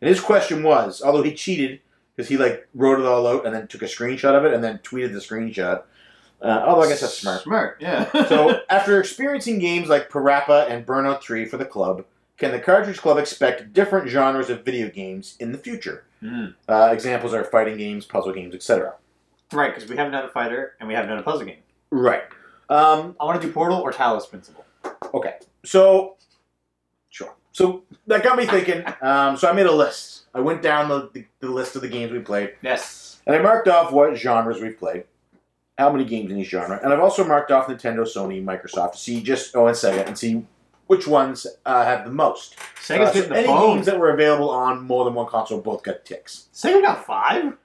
Speaker 1: And his question was, although he cheated because he like wrote it all out and then took a screenshot of it and then tweeted the screenshot. Uh, although I guess that's smart.
Speaker 2: Smart. Yeah.
Speaker 1: So after experiencing games like Parappa and Burnout 3 for the club, can the Cartridge Club expect different genres of video games in the future?
Speaker 2: Mm.
Speaker 1: Uh, examples are fighting games, puzzle games, etc.
Speaker 2: right, because we haven't done a fighter and we haven't done a puzzle game.
Speaker 1: Right. Um,
Speaker 2: I want to do Portal or Talos Principle.
Speaker 1: So, sure. So that got me thinking. Um, so I made a list. I went down the, the, the list of the games we played,
Speaker 2: Yes.
Speaker 1: and I marked off what genres we've played, how many games in each genre, and I've also marked off Nintendo, Sony, Microsoft to see just oh and Sega and see which ones uh, have the most.
Speaker 2: Sega's
Speaker 1: Uh, so
Speaker 2: getting the
Speaker 1: any
Speaker 2: phone.
Speaker 1: games that were available on more than one console both got ticks.
Speaker 2: Sega got five?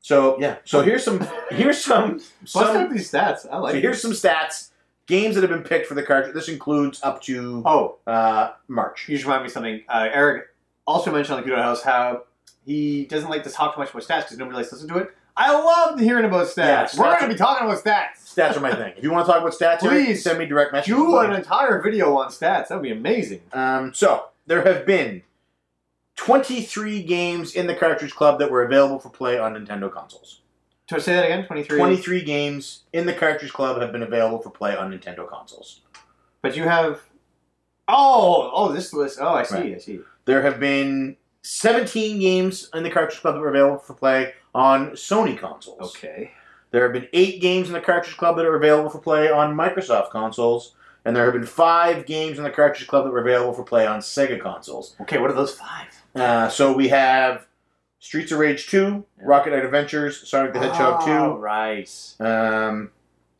Speaker 1: So yeah. So here's some here's some
Speaker 2: Bust out
Speaker 1: some
Speaker 2: these stats. I
Speaker 1: so
Speaker 2: like it.
Speaker 1: here's some stats. Games that have been picked for the cartridge. This includes up to
Speaker 2: Oh,
Speaker 1: uh, March.
Speaker 2: you just remind me of something. Uh, Eric also mentioned on the Kudo House how he doesn't like to talk too much about stats because nobody likes to listen to it. I love hearing about stats.
Speaker 1: Yeah, stats
Speaker 2: We're
Speaker 1: are-
Speaker 2: going to be talking about stats.
Speaker 1: Stats are my thing. If you want to talk about stats, Eric,
Speaker 2: Please.
Speaker 1: send me direct messages.
Speaker 2: Do an entire video on stats. That would be amazing.
Speaker 1: Um, so there have been 23 games in the Cartridge Club that were available for play on Nintendo consoles.
Speaker 2: To say that again, 23.
Speaker 1: 23 games in the Cartridge Club have been available for play on Nintendo consoles.
Speaker 2: But you have. Oh, oh, this list. Oh, I see,
Speaker 1: Right.
Speaker 2: I see.
Speaker 1: There have been 17 games in the Cartridge Club that were available for play on Sony consoles.
Speaker 2: Okay.
Speaker 1: There have been eight games in the Cartridge Club that are available for play on Microsoft consoles, and there have been five games in the Cartridge Club that were available for play on Sega consoles.
Speaker 2: Okay, what are those five?
Speaker 1: Uh, so we have Streets of Rage 2, Rocket Knight Adventures, Sonic the Hedgehog
Speaker 2: Oh, right.
Speaker 1: 2, um,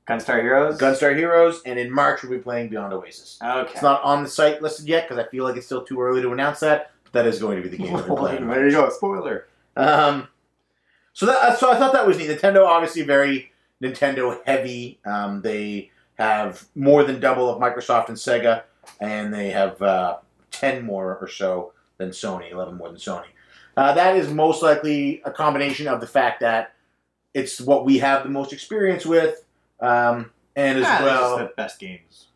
Speaker 2: Gunstar Heroes?
Speaker 1: Gunstar Heroes, and in March we'll be playing Beyond Oasis.
Speaker 2: Okay.
Speaker 1: It's not on the site listed yet because I feel like it's still too early to announce that, but that is going to be the game that we're playing.
Speaker 2: there you go. Spoiler.
Speaker 1: Um, so that so I thought that was neat. Nintendo obviously very Nintendo heavy. Um, they have more than double of Microsoft and Sega, and they have uh, ten more or so than Sony, eleven more than Sony. Uh, that is most likely a combination of the fact that it's what we have the most experience with, um, and as
Speaker 2: Ah, that's
Speaker 1: well,
Speaker 2: just the best games.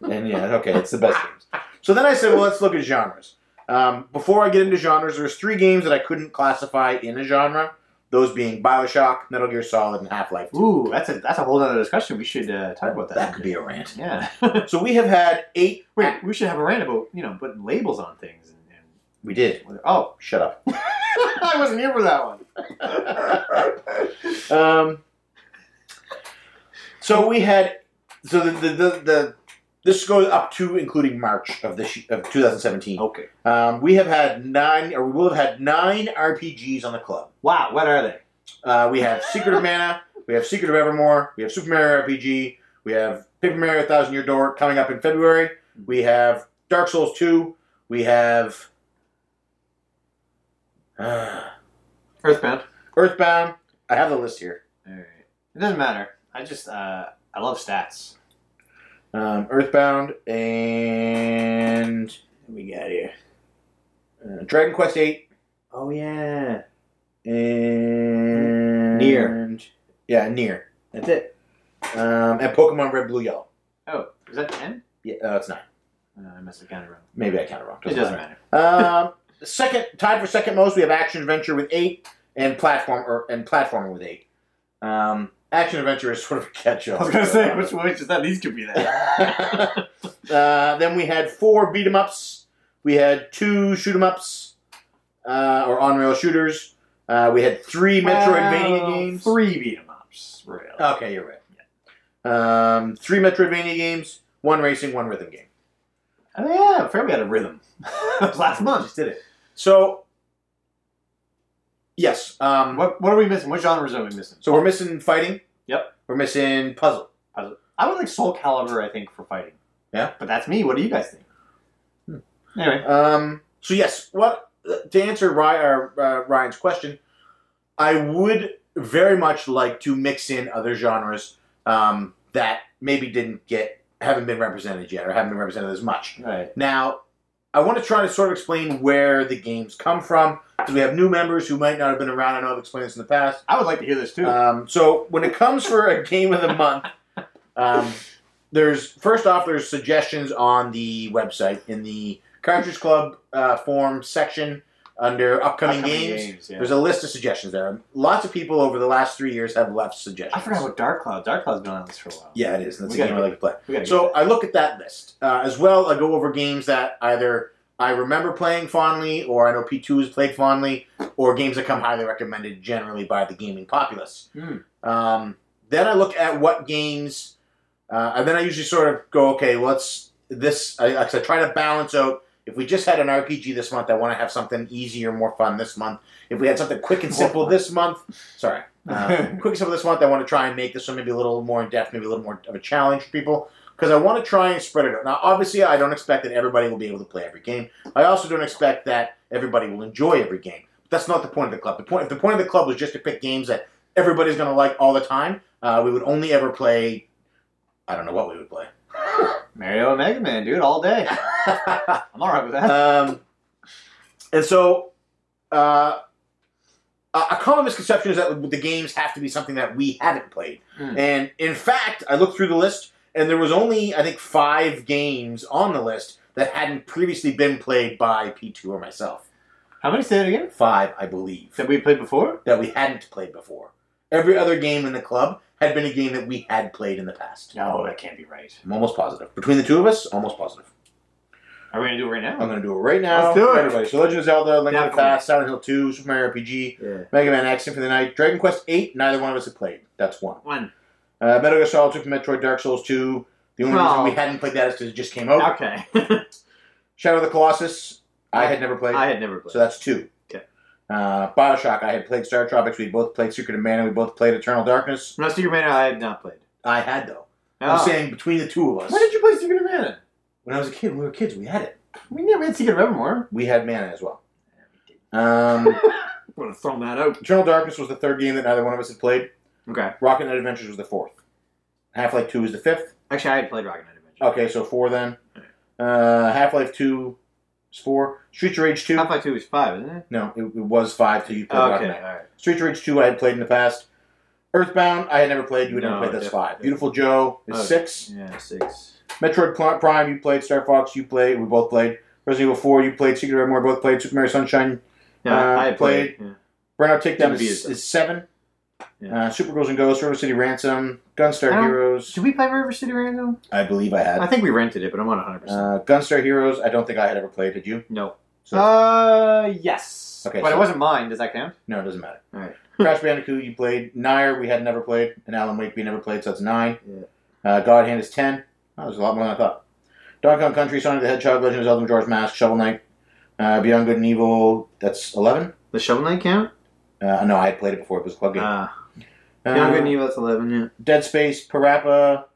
Speaker 1: and yeah, okay, it's the best games. So then I said, well, let's look at genres. Um, before I get into genres, there's three games that I couldn't classify in a genre. Those being Bioshock, Metal Gear Solid, and Half Life 2.
Speaker 2: Ooh, that's a that's a whole other discussion. We should uh, talk about that.
Speaker 1: That could be a rant.
Speaker 2: Yeah.
Speaker 1: So we have had eight.
Speaker 2: Wait, we should have a rant about you know putting labels on things and. and
Speaker 1: We did.
Speaker 2: whether- Oh,
Speaker 1: Shut up.
Speaker 2: I wasn't here for that one.
Speaker 1: um, so we had. So the, the, the, the this goes up to including March of this of 2017.
Speaker 2: Okay.
Speaker 1: Um, we have had nine, or we will have had nine RPGs on the club.
Speaker 2: Wow, what are they?
Speaker 1: Uh, we have Secret of Mana, we have Secret of Evermore, we have Super Mario RPG, we have Paper Mario Thousand Year Door coming up in February, we have Dark Souls 2, we have uh,
Speaker 2: Earthbound.
Speaker 1: Earthbound. I have the list here.
Speaker 2: All right. It doesn't matter. I just uh, I love stats.
Speaker 1: Um, Earthbound and what we got here uh, Dragon Quest 8
Speaker 2: Oh yeah.
Speaker 1: and
Speaker 2: Nier.
Speaker 1: Yeah, Near.
Speaker 2: That's it.
Speaker 1: Um, and Pokemon Red, Blue, Yellow.
Speaker 2: Oh, is that ten?
Speaker 1: Yeah, uh, it's not.
Speaker 2: Uh, I must have counted wrong.
Speaker 1: Maybe I counted wrong.
Speaker 2: It doesn't matter.
Speaker 1: Um, second, tied for second most, we have action adventure with eight, and platform or, and platformer with eight. Um, action adventure is sort of a catch-all.
Speaker 2: I was gonna say which which is that these could be that.
Speaker 1: uh, then we had four beat 'em ups. We had two shoot 'em ups, uh, or on rail shooters. Uh, we had three Metroidvania
Speaker 2: Well,
Speaker 1: games.
Speaker 2: Three beat 'em ups, really.
Speaker 1: Okay, you're right. Um, three Metroidvania games, one racing, one rhythm game.
Speaker 2: Oh, yeah, I forgot we had a rhythm. that was last month.
Speaker 1: Just did it. So, yes. Um,
Speaker 2: What what are we missing? What genres are we missing?
Speaker 1: So we're missing fighting.
Speaker 2: Yep.
Speaker 1: We're missing puzzle.
Speaker 2: I would like Soul Calibur, I think, for fighting.
Speaker 1: Yeah.
Speaker 2: But that's me. What do you guys think? Anyway.
Speaker 1: Um. So yes, what to answer Ryan, uh, Ryan's question, I would very much like to mix in other genres um, that maybe didn't get haven't been represented yet or haven't been represented as much.
Speaker 2: Right.
Speaker 1: Now, I want to try to sort of explain where the games come from because we have new members who might not have been around. I know I've explained this in the past.
Speaker 2: I would like to hear this too.
Speaker 1: Um, so when it comes for a game of the month, um, there's first off there's suggestions on the website in the Cartridge Club uh, form section under upcoming,
Speaker 2: Upcoming
Speaker 1: games.
Speaker 2: yeah.
Speaker 1: There's a list of suggestions there. Lots of people over the last three years have left suggestions.
Speaker 2: I forgot about Dark Cloud. Dark Cloud's been on this for a while.
Speaker 1: Yeah, it is. That's
Speaker 2: We
Speaker 1: a
Speaker 2: gotta
Speaker 1: game I
Speaker 2: get
Speaker 1: like to play.
Speaker 2: We gotta
Speaker 1: So I look at that list uh, as well. I go over games that either I remember playing fondly, or I know P2 has played fondly, or games that come highly recommended generally by the gaming populace.
Speaker 2: Hmm.
Speaker 1: Um, then I look at what games, uh, and then I usually sort of go, okay, let's this. I, I 'cause I try to balance out. If we just had an RPG this month, I want to have something easier, more fun this month. If we had something quick and
Speaker 2: More
Speaker 1: simple
Speaker 2: fun.
Speaker 1: this month, sorry. Uh, quick simple this month, I want to try and make this one maybe a little more in depth, maybe a little more of a challenge for people, because I want to try and spread it out. Now, obviously, I don't expect that everybody will be able to play every game. I also don't expect that everybody will enjoy every game. That's not the point of the club. The point, if the point of the club was just to pick games that everybody's going to like all the time, uh, we would only ever play. I don't know what we would play. uh,
Speaker 2: Mario and Mega Man, dude, all day. I'm all right with that.
Speaker 1: um, and so, uh, a a common misconception is that the games have to be something that we haven't played.
Speaker 2: Hmm.
Speaker 1: And in fact, I looked through the list, and there was only I think five games on the list that hadn't previously been played by P2 or myself.
Speaker 2: How many say it again?
Speaker 1: Five, I believe,
Speaker 2: That we played before?
Speaker 1: that we hadn't played before. Every other game in the club had been a game that we had played in the past.
Speaker 2: No, that can't be right.
Speaker 1: I'm almost positive. Between the two of us, almost positive.
Speaker 2: Are we gonna do it right
Speaker 1: I'm
Speaker 2: now?
Speaker 1: going to do it right now.
Speaker 2: Let's do
Speaker 1: for
Speaker 2: it.
Speaker 1: Everybody. So Legend of Zelda, Link to the
Speaker 2: Definitely.
Speaker 1: Past, Silent Hill 2, Super Mario RPG,
Speaker 2: Yeah.
Speaker 1: Mega Man X, Symphony of the Night, Dragon Quest 8, neither one of us have played. That's one.
Speaker 2: One.
Speaker 1: Uh, Metal Gear Solid 2 from Metroid, Dark Souls 2. The only reason
Speaker 2: No.
Speaker 1: we hadn't played that is because it just came out.
Speaker 2: Okay.
Speaker 1: Shadow of the Colossus, I had never played.
Speaker 2: I had never played.
Speaker 1: so that's two.
Speaker 2: Okay.
Speaker 1: Uh, Bioshock, I had played Star Tropics. We both played Secret of Mana. We both played Eternal Darkness.
Speaker 2: no, Secret Mana I had not played.
Speaker 1: I had, though.
Speaker 2: Oh.
Speaker 1: I'm saying between the two of us.
Speaker 2: When did you play Secret of Mana?
Speaker 1: When I was a kid, when we were kids, we had it.
Speaker 2: We never had Secret of Evermore.
Speaker 1: We had Mana as well. Um,
Speaker 2: Would have thrown that out.
Speaker 1: Eternal Darkness was the third game that neither one of us had played.
Speaker 2: Okay.
Speaker 1: Rocket Knight Adventures was the fourth. Half Life 2 was the fifth.
Speaker 2: Actually, I had played Rocket Knight Adventure.
Speaker 1: Okay, so four then. Uh, Half Life 2 is four. Streets of Rage 2.
Speaker 2: Half Life Two is five, isn't it?
Speaker 1: No, it, it was five till you played Rocket
Speaker 2: Okay.
Speaker 1: Knight.
Speaker 2: All right.
Speaker 1: Streets of Rage 2, I had played in the past. Earthbound, I had never played. You had
Speaker 2: No,
Speaker 1: never played. That's
Speaker 2: definitely.
Speaker 1: five. Beautiful Joe is
Speaker 2: Oh.
Speaker 1: six.
Speaker 2: Yeah, six.
Speaker 1: Metroid Pl- Prime, you played. Star Fox, you played. We both played. Resident Evil 4, you played. Secret of Evermore, both played. Super Mario Sunshine.
Speaker 2: Yeah,
Speaker 1: Uh,
Speaker 2: I had played. Yeah.
Speaker 1: Burnout Takedown
Speaker 2: Didn't
Speaker 1: is,
Speaker 2: beat it, though.
Speaker 1: is seven.
Speaker 2: Yeah.
Speaker 1: Uh, Supergirls and Ghosts, River City Ransom, Gunstar
Speaker 2: I don't-
Speaker 1: Heroes.
Speaker 2: Did we play River City Ransom?
Speaker 1: I believe I had.
Speaker 2: I think we rented it, but I'm not 100. percent
Speaker 1: Uh, Gunstar Heroes. I don't think I had ever played. Did you?
Speaker 2: No.
Speaker 1: So
Speaker 2: uh, yes.
Speaker 1: Okay,
Speaker 2: but
Speaker 1: so-
Speaker 2: it wasn't mine. Does that count?
Speaker 1: no, it doesn't matter.
Speaker 2: Alright.
Speaker 1: Crash Bandicoot you played. Nair we had never played, and Alan Wake we never played, so that's nine.
Speaker 2: Yeah.
Speaker 1: Uh, God Hand is ten. That was a lot more than I thought. Donkey Kong Country, Sonic the Hedgehog, Legend of Zelda: Majora's Mask, Shovel Knight, uh, Beyond Good and Evil. That's eleven.
Speaker 2: The Shovel Knight count?
Speaker 1: Uh, no, I had played it before. It was a club game.
Speaker 2: Uh,
Speaker 1: Uh,
Speaker 2: Beyond Good and Evil. That's 11. Yeah.
Speaker 1: Dead Space, Parappa.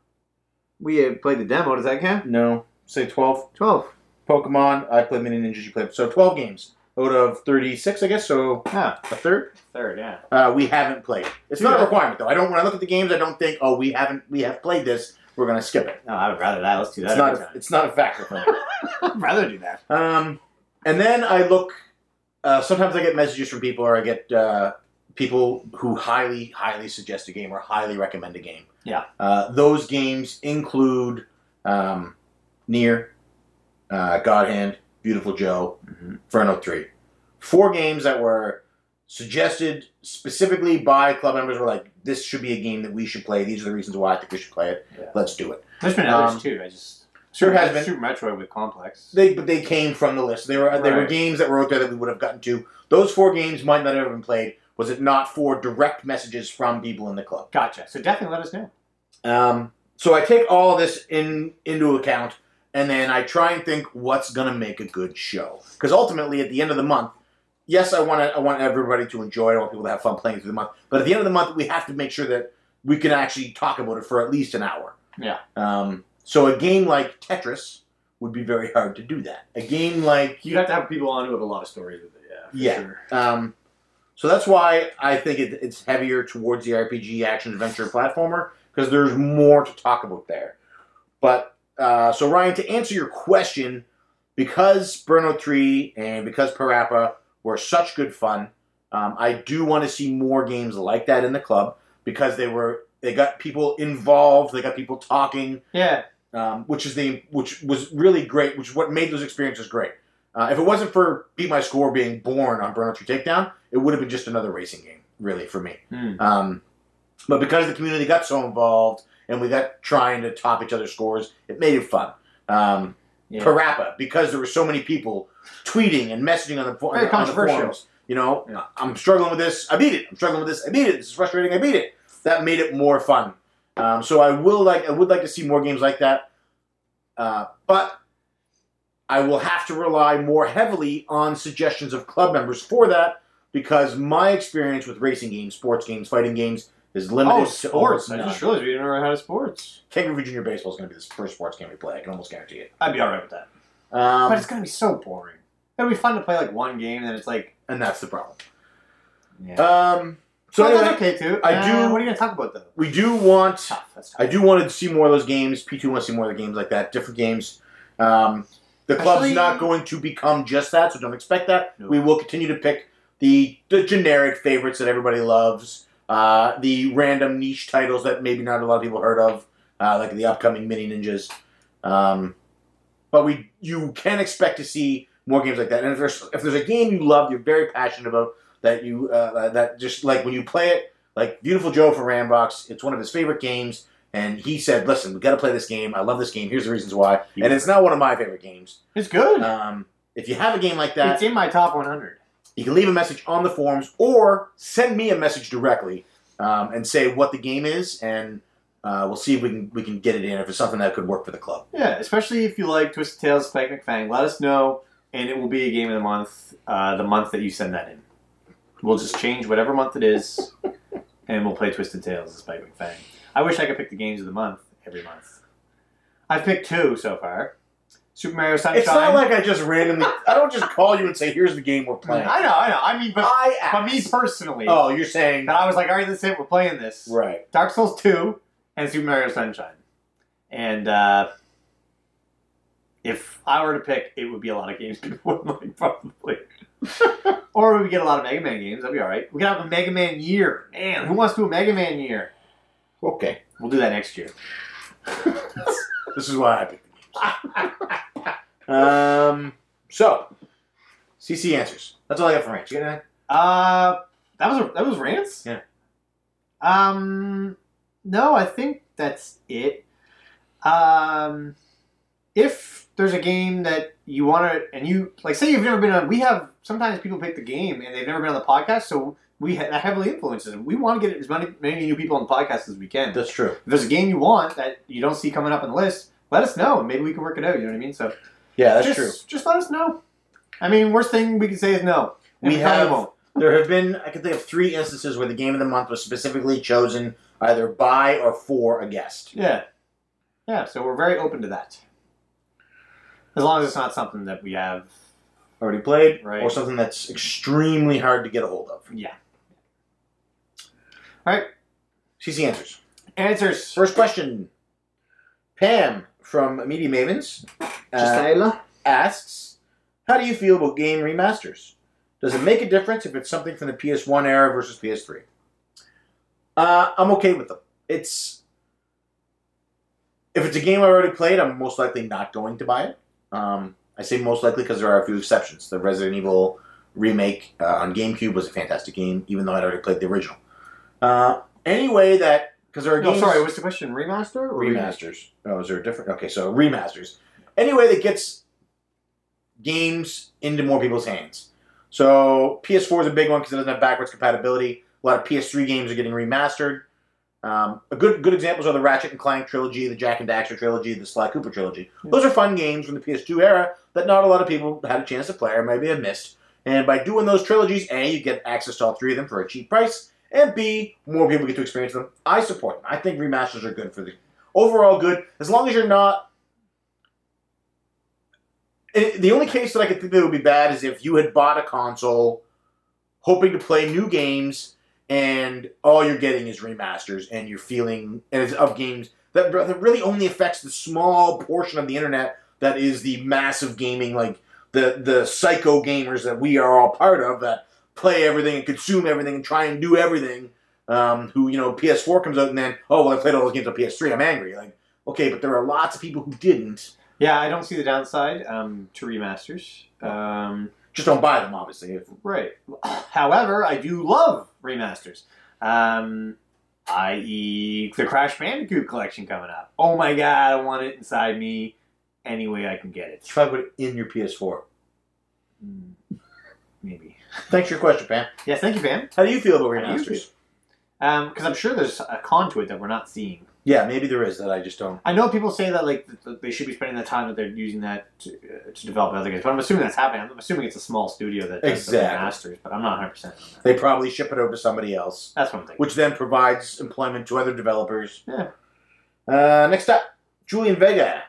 Speaker 2: We had played the demo. Does that count?
Speaker 1: No, say twelve.
Speaker 2: 12.
Speaker 1: Pokemon. I played Mini Ninjas. You played so twelve games out of thirty-six, I guess. So
Speaker 2: Ah,
Speaker 1: a third.
Speaker 2: third. Yeah.
Speaker 1: Uh, we haven't played. It's not a
Speaker 2: Yeah.
Speaker 1: requirement though. I don't. When I look at the games, I don't think, oh, we haven't. We have played this. We're gonna skip it.
Speaker 2: No, I would rather that. Let's do that.
Speaker 1: It's not.
Speaker 2: every
Speaker 1: A, it's not a factor for me.
Speaker 2: time. I'd rather do that.
Speaker 1: um, and then I look. Uh, sometimes I get messages from people, or I get uh, people who highly, highly suggest a game or highly recommend a game.
Speaker 2: Yeah.
Speaker 1: Uh, those games include um, Near, uh, God Hand, Beautiful Joe,
Speaker 2: Mhm.
Speaker 1: Inferno Three. Four games that were suggested specifically by club members were like, this should be a game that we should play. These are the reasons why I think we should play it.
Speaker 2: Yeah.
Speaker 1: Let's do it.
Speaker 2: There's been
Speaker 1: Um,
Speaker 2: others too. I just
Speaker 1: Sure has been.
Speaker 2: Super Metroid with Complex.
Speaker 1: They but they came from the list. They were they were
Speaker 2: Right.
Speaker 1: games that were out there that we would have gotten to. Those four games might not have been played. Was it not for direct messages from people in the club?
Speaker 2: Gotcha. So definitely let us know.
Speaker 1: Um, so I take all this in into account, and then I try and think what's gonna make a good show. Because ultimately, at the end of the month, yes, I want to I want everybody to enjoy. it. I want people to have fun playing through the month. But at the end of the month, we have to make sure that we can actually talk about it for at least an hour.
Speaker 2: Yeah.
Speaker 1: Um, so a game like Tetris would be very hard to do that. A game like
Speaker 2: You'd have to have people on who have a lot of stories with it. Yeah.
Speaker 1: Yeah.
Speaker 2: for Sure.
Speaker 1: Um, so that's why I think it, it's heavier towards the RPG action adventure platformer because there's more to talk about there. But uh, so Ryan, to answer your question, because Burnout Three and because Parappa were such good fun, um, I do want to see more games like that in the club because they were they got people involved, they got people talking,
Speaker 2: Yeah.
Speaker 1: um, which is the which was really great, which is what made those experiences great. Uh, if it wasn't for Beat My Score being born on Burnout 2 Takedown, it would have been just another racing game, really, for me.
Speaker 2: Hmm.
Speaker 1: Um, but because the community got so involved and we got trying to top each other's scores, it made it fun. Um,
Speaker 2: Yeah.
Speaker 1: Parappa, because there were so many people tweeting and messaging on the, fo- on
Speaker 2: Very
Speaker 1: the
Speaker 2: controversial.
Speaker 1: forums. You know,
Speaker 2: Yeah.
Speaker 1: I'm struggling with this. I beat it. I'm struggling with this. I beat it. This is frustrating. I beat it. That made it more fun. Um, so I will like. I would like to see more games like that. Uh, but I will have to rely more heavily on suggestions of club members for that because my experience with racing games, sports games, fighting games is limited to
Speaker 2: Oh,
Speaker 1: almost
Speaker 2: sports! I
Speaker 1: none.
Speaker 2: just realized we didn't know how to sports.
Speaker 1: Kangaroo Junior Baseball is going to be the first sports game we play. I can almost guarantee it.
Speaker 2: I'd be all right with that,
Speaker 1: Um,
Speaker 2: but it's gonna be so boring. It'll be fun to play like one game, and then it's like.
Speaker 1: and that's the problem.
Speaker 2: Yeah.
Speaker 1: Um, so
Speaker 2: Uh, so
Speaker 1: anyway,
Speaker 2: that's okay too.
Speaker 1: I
Speaker 2: Uh,
Speaker 1: do-
Speaker 2: What are you gonna talk about though?
Speaker 1: we do want.
Speaker 2: Tough. That's tough.
Speaker 1: I do want to see more of those games. P two wants to see more of the games like that, different games. Um, the club's
Speaker 2: Actually-
Speaker 1: not going to become just that, so don't expect that.
Speaker 2: No.
Speaker 1: We will continue to pick the the generic favorites that everybody loves, uh, the random niche titles that maybe not a lot of people heard of, uh, like the upcoming Mini Ninjas. Um, but we you can expect to see more games like that. And if there's if there's a game you love, you're very passionate about that you uh, that just like when you play it, like Beautiful Joe for Rambox, it's one of his favorite games, and he said, "Listen, we got to play this game. I love this game. Here's the reasons why." And it's not one of my favorite games.
Speaker 2: It's good.
Speaker 1: Um, if you have a game like
Speaker 2: it's
Speaker 1: that,
Speaker 2: in my top 100.
Speaker 1: you can leave a message on the forums or send me a message directly um, and say what the game is, and uh, we'll see if we can we can get it in if it's something that could work for the club.
Speaker 2: Yeah, especially if you like Twisted Tales, Spike McFang. Let us know, and it will be a game of the month. Uh, the month that you send that in, we'll just change whatever month it is, and we'll play Twisted Tales and Spike McFang. I wish I could pick the games of the month every month. I've picked two so far: Super Mario Sunshine.
Speaker 1: It's not like I just randomly. I don't just call you and say, "Here's the game we're playing."
Speaker 2: I know, I know. I mean, but,
Speaker 1: I
Speaker 2: but me
Speaker 1: asked.
Speaker 2: personally,
Speaker 1: Oh, you're saying
Speaker 2: and I was like, all right, that's it. We're playing this.
Speaker 1: right?
Speaker 2: Dark Souls 2 and Super Mario Sunshine. And uh, if I were to pick, it would be a lot of games before mine, probably. or we would get a lot of Mega Man games. That'd be all right. We could have a Mega Man year. Man, who wants to do a Mega Man year?
Speaker 1: Okay,
Speaker 2: We'll do that next year.
Speaker 1: this is why I picked the games. um, so CC answers. That's all I got for Ranch. You got anything?
Speaker 2: Uh, That was that was rants.
Speaker 1: Yeah.
Speaker 2: Um, no, I think that's it. Um, if there's a game that you want to, and you like, say you've never been on, we have sometimes people pick the game and they've never been on the podcast, so we ha- that heavily influences them. We want to get as many, many new people on the podcast as we can.
Speaker 1: That's true.
Speaker 2: if there's a game you want that you don't see coming up on the list, let us know, and maybe we can work it out. You know what I mean? So
Speaker 1: Yeah, that's
Speaker 2: just,
Speaker 1: true.
Speaker 2: Just let us know. I mean, worst thing we can say is no. And
Speaker 1: We
Speaker 2: probably
Speaker 1: have-
Speaker 2: won't.
Speaker 1: There have been, I can think of three instances where the game of the month was specifically chosen either by or for a guest.
Speaker 2: Yeah. Yeah, so we're very open to that. As long as it's not something that we have.
Speaker 1: Already played,
Speaker 2: Right.
Speaker 1: or something that's extremely hard to get a hold of.
Speaker 2: Yeah. All right.
Speaker 1: She's the answers.
Speaker 2: Answers.
Speaker 1: First question Pam from Media Mavens uh, asks How do you feel about game remasters? Does it make a difference if it's something from the PS1 era versus PS3? Uh, I'm okay with them. It's. If it's a game I already played, I'm most likely not going to buy it. Um, I say most likely because there are a few exceptions. The Resident Evil remake uh, on GameCube was a fantastic game, even though I'd already played the original. Uh, any way that. Because there are
Speaker 2: No,
Speaker 1: games
Speaker 2: Oh, sorry, what's the question? Remaster? Or
Speaker 1: remasters. Oh, is there a different? Okay, so remasters. Anyway, that gets games into more people's hands. So PS4 is a big one because it doesn't have backwards compatibility. A lot of PS3 games are getting remastered. Um, a good good examples are the Ratchet and Clank trilogy, the Jack and Daxter trilogy, the Sly Cooper trilogy. Those are fun games from the PS2 era that not a lot of people had a chance to play or maybe have missed. And by doing those trilogies, A, you get access to all three of them for a cheap price, and B, more people get to experience them. I support them. I think remasters are good for the overall good as long as you're not Eh, the only case that i could think that would be bad is if you had bought a console hoping to play new games and all you're getting is remasters and you're feeling and it's of games that, that really only affects the small portion of the internet that is the massive gaming like the the psycho gamers that we are all part of that play everything and consume everything and try and do everything um, who you know PS4 comes out and then oh well I played all those games on PS3 I'm angry like okay but there are lots of people who didn't
Speaker 2: Yeah, I don't see the downside um, to remasters. Um,
Speaker 1: just don't buy them obviously
Speaker 2: right. However, I do love remasters. Um, i.e., the Crash Bandicoot collection coming up. Oh my god, I want it inside me any way I can get it.
Speaker 1: try to put it in your PS4
Speaker 2: Mm, Maybe.
Speaker 1: thanks for your question Pam
Speaker 2: Yes, thank you, Pam.
Speaker 1: how do you feel about
Speaker 2: How do you
Speaker 1: remasters
Speaker 2: Because Um, I'm sure there's a con to it that we're not seeing.
Speaker 1: yeah maybe there is that I just don't
Speaker 2: I know people say that like th- th- they should be spending the time that they're using that to, uh, to develop other games, but I'm assuming that's happening. I'm assuming it's a small studio that does the
Speaker 1: Exactly.
Speaker 2: remasters, but I'm not 100 percent on that.
Speaker 1: they probably ship it over to somebody else
Speaker 2: That's what I'm thinking.
Speaker 1: which then provides employment to other developers
Speaker 2: Yeah.
Speaker 1: uh, next up Julian Vega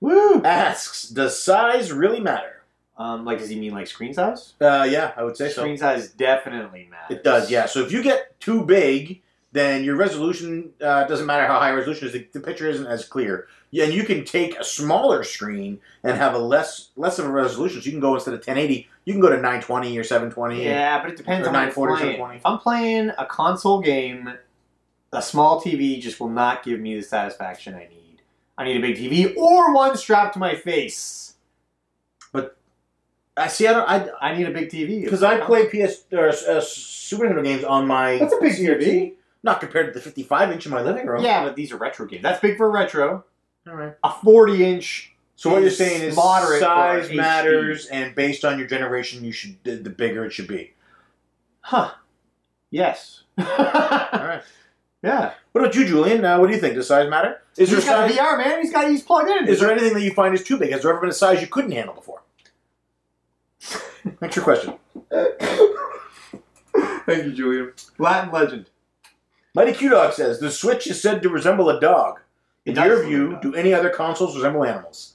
Speaker 2: Woo!
Speaker 1: asks does size really matter
Speaker 2: Um, like, does he mean like screen size?
Speaker 1: uh, yeah I would say so
Speaker 2: Screen size definitely matters.
Speaker 1: It does, yeah. So if you get too big, then your resolution uh, doesn't matter how high resolution is. The, the picture isn't as clear, Yeah, and you can take a smaller screen and have a less less of a resolution. So you can go instead of 1080, you can go to 920 or 720.
Speaker 2: Yeah, but it depends
Speaker 1: Or
Speaker 2: on what you're
Speaker 1: 940, 720.
Speaker 2: playing. If I'm playing a console game, a small TV just will not give me the satisfaction I need. I need a big TV or one strapped to my face.
Speaker 1: I see. I don't. I
Speaker 2: I need a big TV
Speaker 1: because I play PS or uh, Super Nintendo games on my.
Speaker 2: That's a big TV.
Speaker 1: Not compared to the 55 inch in my living room.
Speaker 2: Yeah, but these are retro games. That's big for retro.
Speaker 1: All right.
Speaker 2: A forty-inch.
Speaker 1: So what you're
Speaker 2: Is
Speaker 1: saying is
Speaker 2: moderate for
Speaker 1: size
Speaker 2: HD.
Speaker 1: matters, and based on your generation, you should the the bigger it should be.
Speaker 2: Huh. Yes.
Speaker 1: All
Speaker 2: yeah.
Speaker 1: right. What about you, Julian? Uh, what do you think? Does size matter? Is
Speaker 2: He's
Speaker 1: size?
Speaker 2: got a VR man. He's got. He's plugged in.
Speaker 1: Is there anything that you find is too big? Has there ever been a size you couldn't handle before? Next your question.
Speaker 2: Thank you, Julian. Latin legend.
Speaker 1: Mighty Q Dog says the Switch is said to resemble a dog. In
Speaker 2: It does
Speaker 1: your
Speaker 2: resemble a
Speaker 1: view,
Speaker 2: dog.
Speaker 1: do any other consoles resemble animals?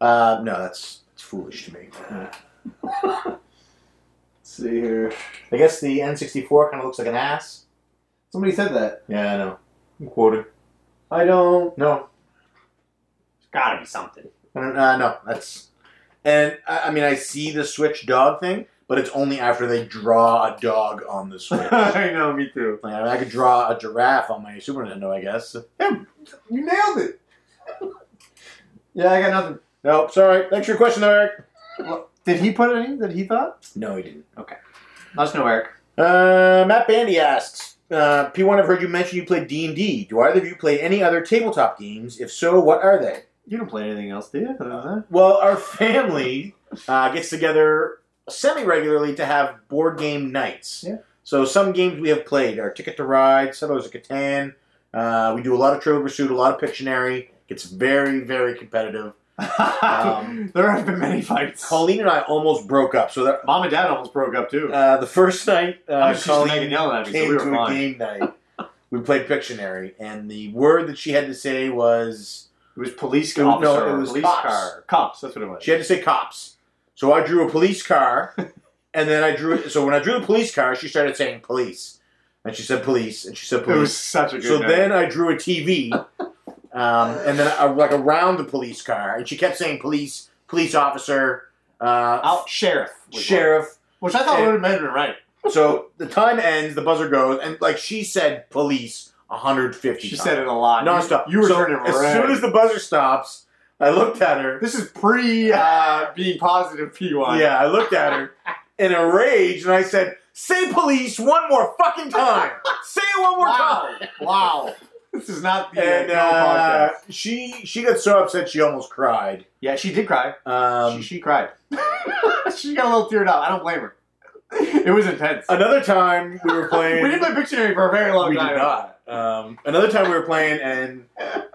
Speaker 1: Uh, no, that's, that's foolish to me.
Speaker 2: Let's see here.
Speaker 1: I guess the N64 kind of looks like an ass.
Speaker 2: Somebody said that.
Speaker 1: Yeah, I know. I'm quoted.
Speaker 2: I don't.
Speaker 1: No,
Speaker 2: There's got to be something.
Speaker 1: I don't- uh, no, that's. And I, I mean, I see the Switch dog thing, but it's only after they draw a dog on the Switch. like,
Speaker 2: know. Me too.
Speaker 1: I, mean, I could draw a giraffe on my Super Nintendo, I guess.
Speaker 2: You nailed it. yeah, I got nothing.
Speaker 1: Nope, sorry. Thanks for your question, though, Eric.
Speaker 2: Did he put any that he thought?
Speaker 1: No, he didn't.
Speaker 2: Let us know, Eric.
Speaker 1: Uh, Uh, Matt Bandy asks, uh, P1, I've heard you mention you play D&D. Do either of you play any other tabletop games? If so, what are they?
Speaker 2: You don't play anything else, do you? Other than that?
Speaker 1: Well, our family uh, gets together semi regularly to have board game nights.
Speaker 2: Yeah.
Speaker 1: So some games we have played are Ticket to Ride, Settlers of Catan. Uh, we do a lot of Trivial Pursuit, a lot of Pictionary. It's very, very competitive. Um,
Speaker 2: there have been many fights.
Speaker 1: Colleen and I almost broke up. So that,
Speaker 2: Mom and Dad almost broke up too.
Speaker 1: uh, the first night, uh,
Speaker 2: I was just
Speaker 1: Colleen
Speaker 2: leaving yelling at me, so
Speaker 1: came
Speaker 2: we were
Speaker 1: to a
Speaker 2: fine.
Speaker 1: game night. We played Pictionary, and the word that she had to say was
Speaker 2: It was police
Speaker 1: It was-
Speaker 2: officer.
Speaker 1: no, it
Speaker 2: or
Speaker 1: was
Speaker 2: police
Speaker 1: cops.
Speaker 2: car. Cops. That's what it was.
Speaker 1: she had to say cops. So I drew a police car, and then I drew. So when I drew the police car, she started saying police, and she said police, and she said
Speaker 2: It was
Speaker 1: police.
Speaker 2: such a good.
Speaker 1: So
Speaker 2: night.
Speaker 1: then I drew a TV, um, and then I, like around the police car, and she kept saying police, police officer, uh,
Speaker 2: out sheriff. was one.
Speaker 1: sheriff.
Speaker 2: Which I thought would have been right.
Speaker 1: So the time ends, the buzzer goes, and like she said, police 150
Speaker 2: She
Speaker 1: times.
Speaker 2: said it a lot.
Speaker 1: nonstop.
Speaker 2: You were
Speaker 1: so
Speaker 2: turning
Speaker 1: As
Speaker 2: red.
Speaker 1: soon as the buzzer stops, I looked at her.
Speaker 2: This is pre uh, being positive P1.
Speaker 1: Yeah, I looked at her in a rage, and I said, "Say police one more fucking time. Say it one more time."
Speaker 2: Wow. wow. This is not the
Speaker 1: And
Speaker 2: no
Speaker 1: uh,
Speaker 2: podcast.
Speaker 1: she she got so upset she almost cried.
Speaker 2: Yeah, she did cry.
Speaker 1: Um,
Speaker 2: she, she cried. she got a little teared up. I don't blame her. It was intense.
Speaker 1: another time we were playing.
Speaker 2: we didn't play Pictionary for a very long
Speaker 1: We did
Speaker 2: time.
Speaker 1: not. Um, another time we were playing, and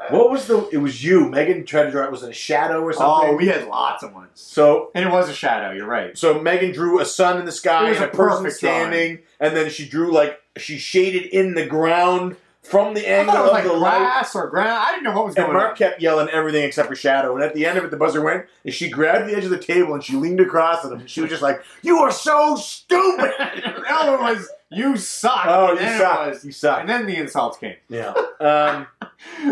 Speaker 1: what was the? It was you. Megan tried to draw. it Was it a shadow or something?
Speaker 2: Oh, we had lots of ones.
Speaker 1: so
Speaker 2: And it was a shadow, you're right.
Speaker 1: So Megan drew a sun in the sky
Speaker 2: It was
Speaker 1: and a
Speaker 2: a
Speaker 1: person
Speaker 2: perfect drawing.
Speaker 1: standing, and then she drew like she shaded in the ground from the
Speaker 2: I
Speaker 1: angle
Speaker 2: thought it
Speaker 1: of
Speaker 2: was like
Speaker 1: the light.
Speaker 2: grass or ground. I didn't know what was
Speaker 1: And
Speaker 2: going
Speaker 1: Mark
Speaker 2: on.
Speaker 1: kept yelling everything except for shadow. And at the end of it, the buzzer went, and she grabbed the edge of the table and she leaned across at him. And she was just like, "You are so stupid."
Speaker 2: the other one was, you suck.
Speaker 1: oh,
Speaker 2: And
Speaker 1: you
Speaker 2: then it
Speaker 1: suck!
Speaker 2: was-
Speaker 1: you suck!
Speaker 2: And then the insults came.
Speaker 1: Yeah. Um,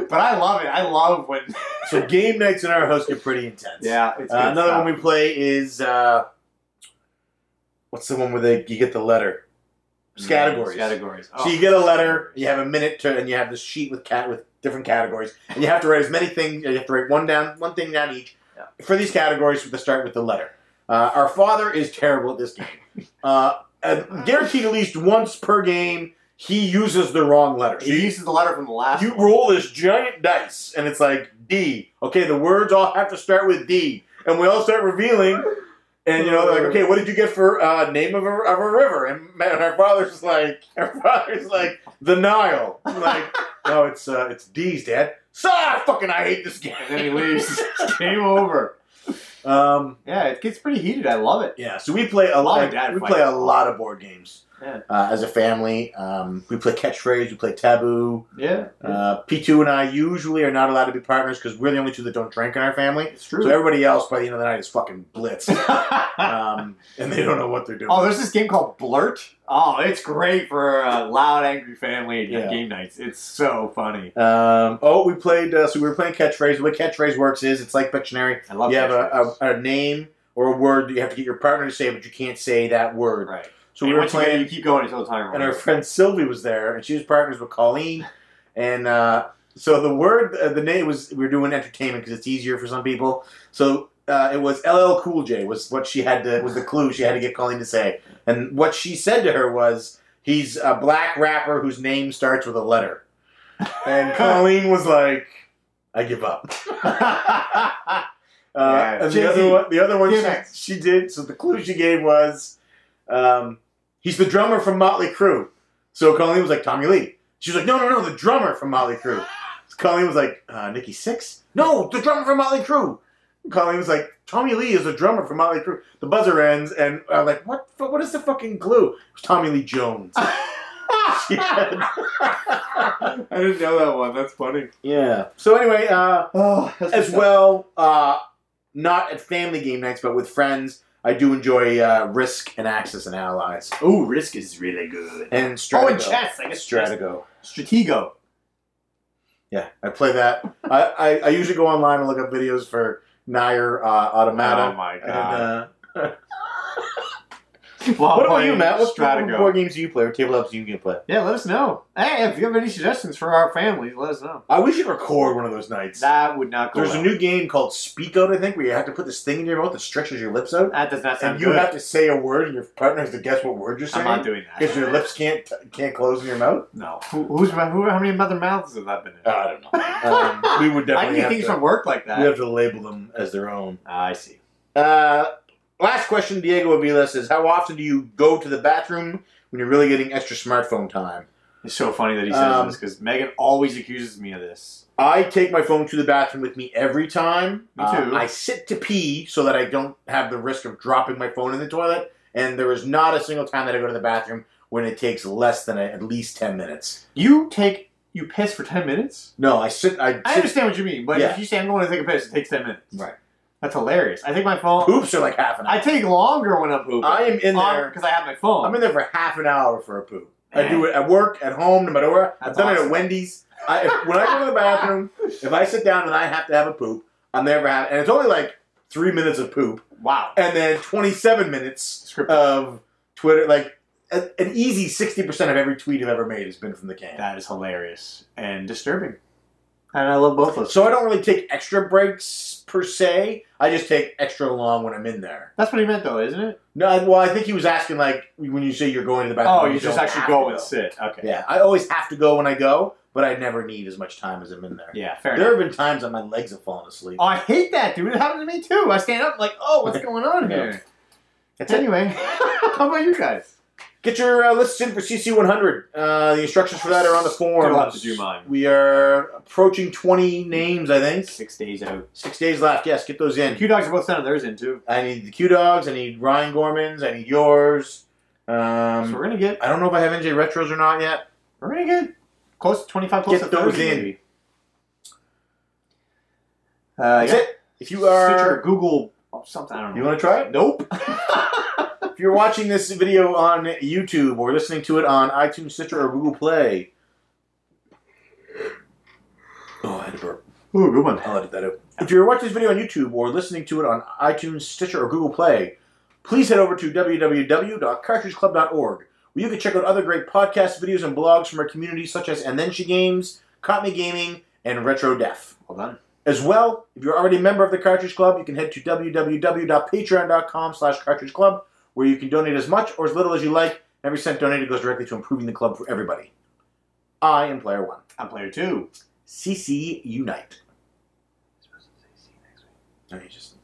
Speaker 2: But I love it. I love when.
Speaker 1: so game nights in our house get pretty intense.
Speaker 2: Yeah, it's
Speaker 1: Uh, another one we play is uh, what's the one where they you get the letter? Categories.
Speaker 2: Mm, Categories. Oh.
Speaker 1: So you get a letter, you have a minute to, and you have this sheet with cat with different categories, and you have to write as many things. You have to write one down, one thing down each
Speaker 2: Yeah.
Speaker 1: for these categories. With the start with the letter. Uh, our father is terrible at this game. Uh, and guaranteed, at least once per game, he uses the wrong letter. So
Speaker 2: He
Speaker 1: you,
Speaker 2: uses the letter from the last.
Speaker 1: you
Speaker 2: one.
Speaker 1: roll this giant dice, and it's like D. Okay, the words all have to start with D, and we all start revealing. And you know, like, okay, what did you get for uh, name of a, of a river? And man, our father's just like, our father's like the Nile. I'm like, no, it's uh, it's D's, Dad. So ah, fucking, I hate this game.
Speaker 2: and then he leaves. It's Game over.
Speaker 1: Um,
Speaker 2: Yeah, it gets pretty heated. I love it.
Speaker 1: yeah. So we play a
Speaker 2: lot
Speaker 1: lot.
Speaker 2: of dad
Speaker 1: we
Speaker 2: fights.
Speaker 1: play a lot of board games
Speaker 2: Yeah.
Speaker 1: uh, as a family. Um, we play catchphrase. We play taboo.
Speaker 2: Yeah,
Speaker 1: Uh, P2 and I usually are not allowed to be partners because we're the only two that don't drink in our family.
Speaker 2: it's
Speaker 1: So
Speaker 2: true.
Speaker 1: everybody else by the end of the night is fucking blitzed.
Speaker 2: oh,
Speaker 1: um, and they don't know what they're doing.
Speaker 2: there's this game called Blurt. Oh, it's great for uh, loud, angry family
Speaker 1: Yeah.
Speaker 2: game nights. It's so funny.
Speaker 1: Um, oh, we played, uh, so we were playing catchphrase. The way catchphrase works is it's like Pictionary.
Speaker 2: I love
Speaker 1: you have a,
Speaker 2: catchphrases.
Speaker 1: a, a name or a word that you have to get your partner to say, but you can't say that word.
Speaker 2: right.
Speaker 1: So
Speaker 2: And
Speaker 1: we were
Speaker 2: once you get it,
Speaker 1: playing,
Speaker 2: You, keep going until the timer.
Speaker 1: and our
Speaker 2: runs.
Speaker 1: friend Sylvie was there, and she was partners with Colleen. And uh, so the word, uh, the name was, we were doing entertainment because it's easier for some people. So uh, it was LL Cool J was what she had to, was the clue she had to get Colleen to say. And what she said to her was, he's a black rapper whose name starts with a letter. And Colleen was like, I give up. Uh,
Speaker 2: Yeah,
Speaker 1: and the
Speaker 2: Jay-Z.
Speaker 1: other one, the other one
Speaker 2: DMX.
Speaker 1: she, she did. So the clue she gave was, um, he's the drummer from Motley Crue. So Colleen was like Tommy Lee. She was like, no, no, no, the drummer from Motley Crue. So Colleen was like, uh, Nikki Six. No, the drummer from Motley Crue. Colleen was like, Tommy Lee is the drummer from Motley Crue. The buzzer ends, and I'm like, what? What is the fucking clue? It was Tommy Lee Jones. yeah.
Speaker 2: I didn't know that one. That's funny.
Speaker 1: yeah. So anyway, uh,
Speaker 2: Oh,
Speaker 1: as well. Uh, not at family game nights, but with friends. I do enjoy uh, Risk and Axis and Allies
Speaker 2: Oh, Risk is really good.
Speaker 1: and
Speaker 2: Oh,
Speaker 1: Stratego.
Speaker 2: and chess. I guess chess.
Speaker 1: Stratego.
Speaker 2: Stratego.
Speaker 1: Yeah, I play that. I, I, I usually go online and look up videos for Nier uh,
Speaker 2: Oh
Speaker 1: Automata.
Speaker 2: my
Speaker 1: and, uh,
Speaker 2: while
Speaker 1: what about
Speaker 2: playing
Speaker 1: you, Matt? What
Speaker 2: Stratego.
Speaker 1: board games do you play or tabletops do you play?
Speaker 2: Yeah, let us know. Hey, if you have any suggestions for our families, let us know.
Speaker 1: Uh, we should record one of those nights.
Speaker 2: That would not go.
Speaker 1: There's
Speaker 2: well.
Speaker 1: a new game called Speak Out, I think, where you have to put this thing in your mouth that stretches your lips out,
Speaker 2: That does not sound
Speaker 1: and you
Speaker 2: good.
Speaker 1: have to say a word, and your partner has to guess what word you're
Speaker 2: I'm
Speaker 1: saying
Speaker 2: not doing
Speaker 1: because
Speaker 2: that.
Speaker 1: your lips can't can't close in your mouth.
Speaker 2: No. Who, who's who? How many other mouths have that been in?
Speaker 1: Uh, I don't know. Um, we would
Speaker 2: I
Speaker 1: definitely
Speaker 2: need
Speaker 1: have
Speaker 2: things
Speaker 1: to,
Speaker 2: from work like that.
Speaker 1: we have to label them as their own.
Speaker 2: Ah, I see.
Speaker 1: Uh, last question, Diego Avila says, "How often do you go to the bathroom when you're really getting extra smartphone time?"
Speaker 2: It's so funny that he says
Speaker 1: Um,
Speaker 2: this because Megan always accuses me of this.
Speaker 1: I take my phone to the bathroom with me every time.
Speaker 2: Me
Speaker 1: Uh,
Speaker 2: too.
Speaker 1: I sit to pee so that I don't have the risk of dropping my phone in the toilet. And there is not a single time that I go to the bathroom when it takes less than a, at least ten minutes.
Speaker 2: You take you piss for ten minutes.
Speaker 1: No, I sit. I, sit-
Speaker 2: I understand what you mean, but
Speaker 1: Yeah.
Speaker 2: if you say I'm going to take a piss, it takes ten minutes.
Speaker 1: Right.
Speaker 2: That's hilarious. I take my phone.
Speaker 1: Poops are like half an
Speaker 2: I
Speaker 1: hour.
Speaker 2: take longer when I'm pooping.
Speaker 1: I am in there.
Speaker 2: because I have my phone.
Speaker 1: I'm in there for half an hour for a poop. I do
Speaker 2: Man.
Speaker 1: it at work, at home, no matter where. I've
Speaker 2: That's
Speaker 1: done it at
Speaker 2: awesome.
Speaker 1: Wendy's. I, if, when I go to the bathroom, if I sit down and I have to have a poop, I'm there for half. And it's only like three minutes of poop,
Speaker 2: Wow.
Speaker 1: and then 27 minutes
Speaker 2: Script.
Speaker 1: of Twitter. Like a, an easy sixty percent of every tweet I've ever made has been from the can.
Speaker 2: that is hilarious and disturbing. And I love both of those.
Speaker 1: so I don't really take extra breaks per se. I just take extra long when I'm in there.
Speaker 2: That's what he meant, though, isn't it?
Speaker 1: No, I- well, I think he was asking like when you say you're going to the bathroom.
Speaker 2: Oh, you just
Speaker 1: don't
Speaker 2: actually
Speaker 1: have to
Speaker 2: go and sit. Okay.
Speaker 1: Yeah, I always have to go when I go, but I never need as much time as I'm in there.
Speaker 2: Yeah, fair enough.
Speaker 1: There have been times that my legs have fallen asleep.
Speaker 2: Oh, I hate that, dude. It happened to me too. I stand up like, oh, what's going on here?
Speaker 1: That's it.
Speaker 2: Anyway, how about you guys?
Speaker 1: Get your uh, lists in for CC100. Uh, the instructions for that are on the form.
Speaker 2: Still have to do mine.
Speaker 1: We are approaching 20 names, I think.
Speaker 2: Six days out.
Speaker 1: Six days left. Yes, get those in.
Speaker 2: Q dogs are both sending theirs in too,
Speaker 1: I need the Q Dogs. I need Ryan Gorman's. I need yours.
Speaker 2: so we're
Speaker 1: Um,
Speaker 2: gonna get
Speaker 1: I don't know if I have NJ retros or not yet.
Speaker 2: we're gonna get close to twenty five, close
Speaker 1: Get
Speaker 2: to
Speaker 1: those
Speaker 2: thirty.
Speaker 1: in.
Speaker 2: maybe. Uh,
Speaker 1: That's
Speaker 2: yeah.
Speaker 1: it. If you are,
Speaker 2: Stitcher, Google, oh, something. I don't know.
Speaker 1: you want to try it? Nope. if you're watching this video on YouTube or listening to it on iTunes, Stitcher, or Google Play. Oh, I had to burp.
Speaker 2: Ooh, good one.
Speaker 1: I'll edit that out. If you're watching this video on YouTube or listening to it on iTunes, Stitcher, or Google Play, please head over to www.cartridgeclub.org, where you can check out other great podcasts, videos, and blogs from our community, such as And Then She Games, Caught Me Gaming, and Retro Def.
Speaker 2: Well done.
Speaker 1: As well, if you're already a member of the Cartridge Club, you can head to www.patreon.com slash cartridge club, where you can donate as much or as little as you like. Every cent donated goes directly to improving the club for everybody. I am Player One.
Speaker 2: I'm player two.
Speaker 1: CC Unite. No, you just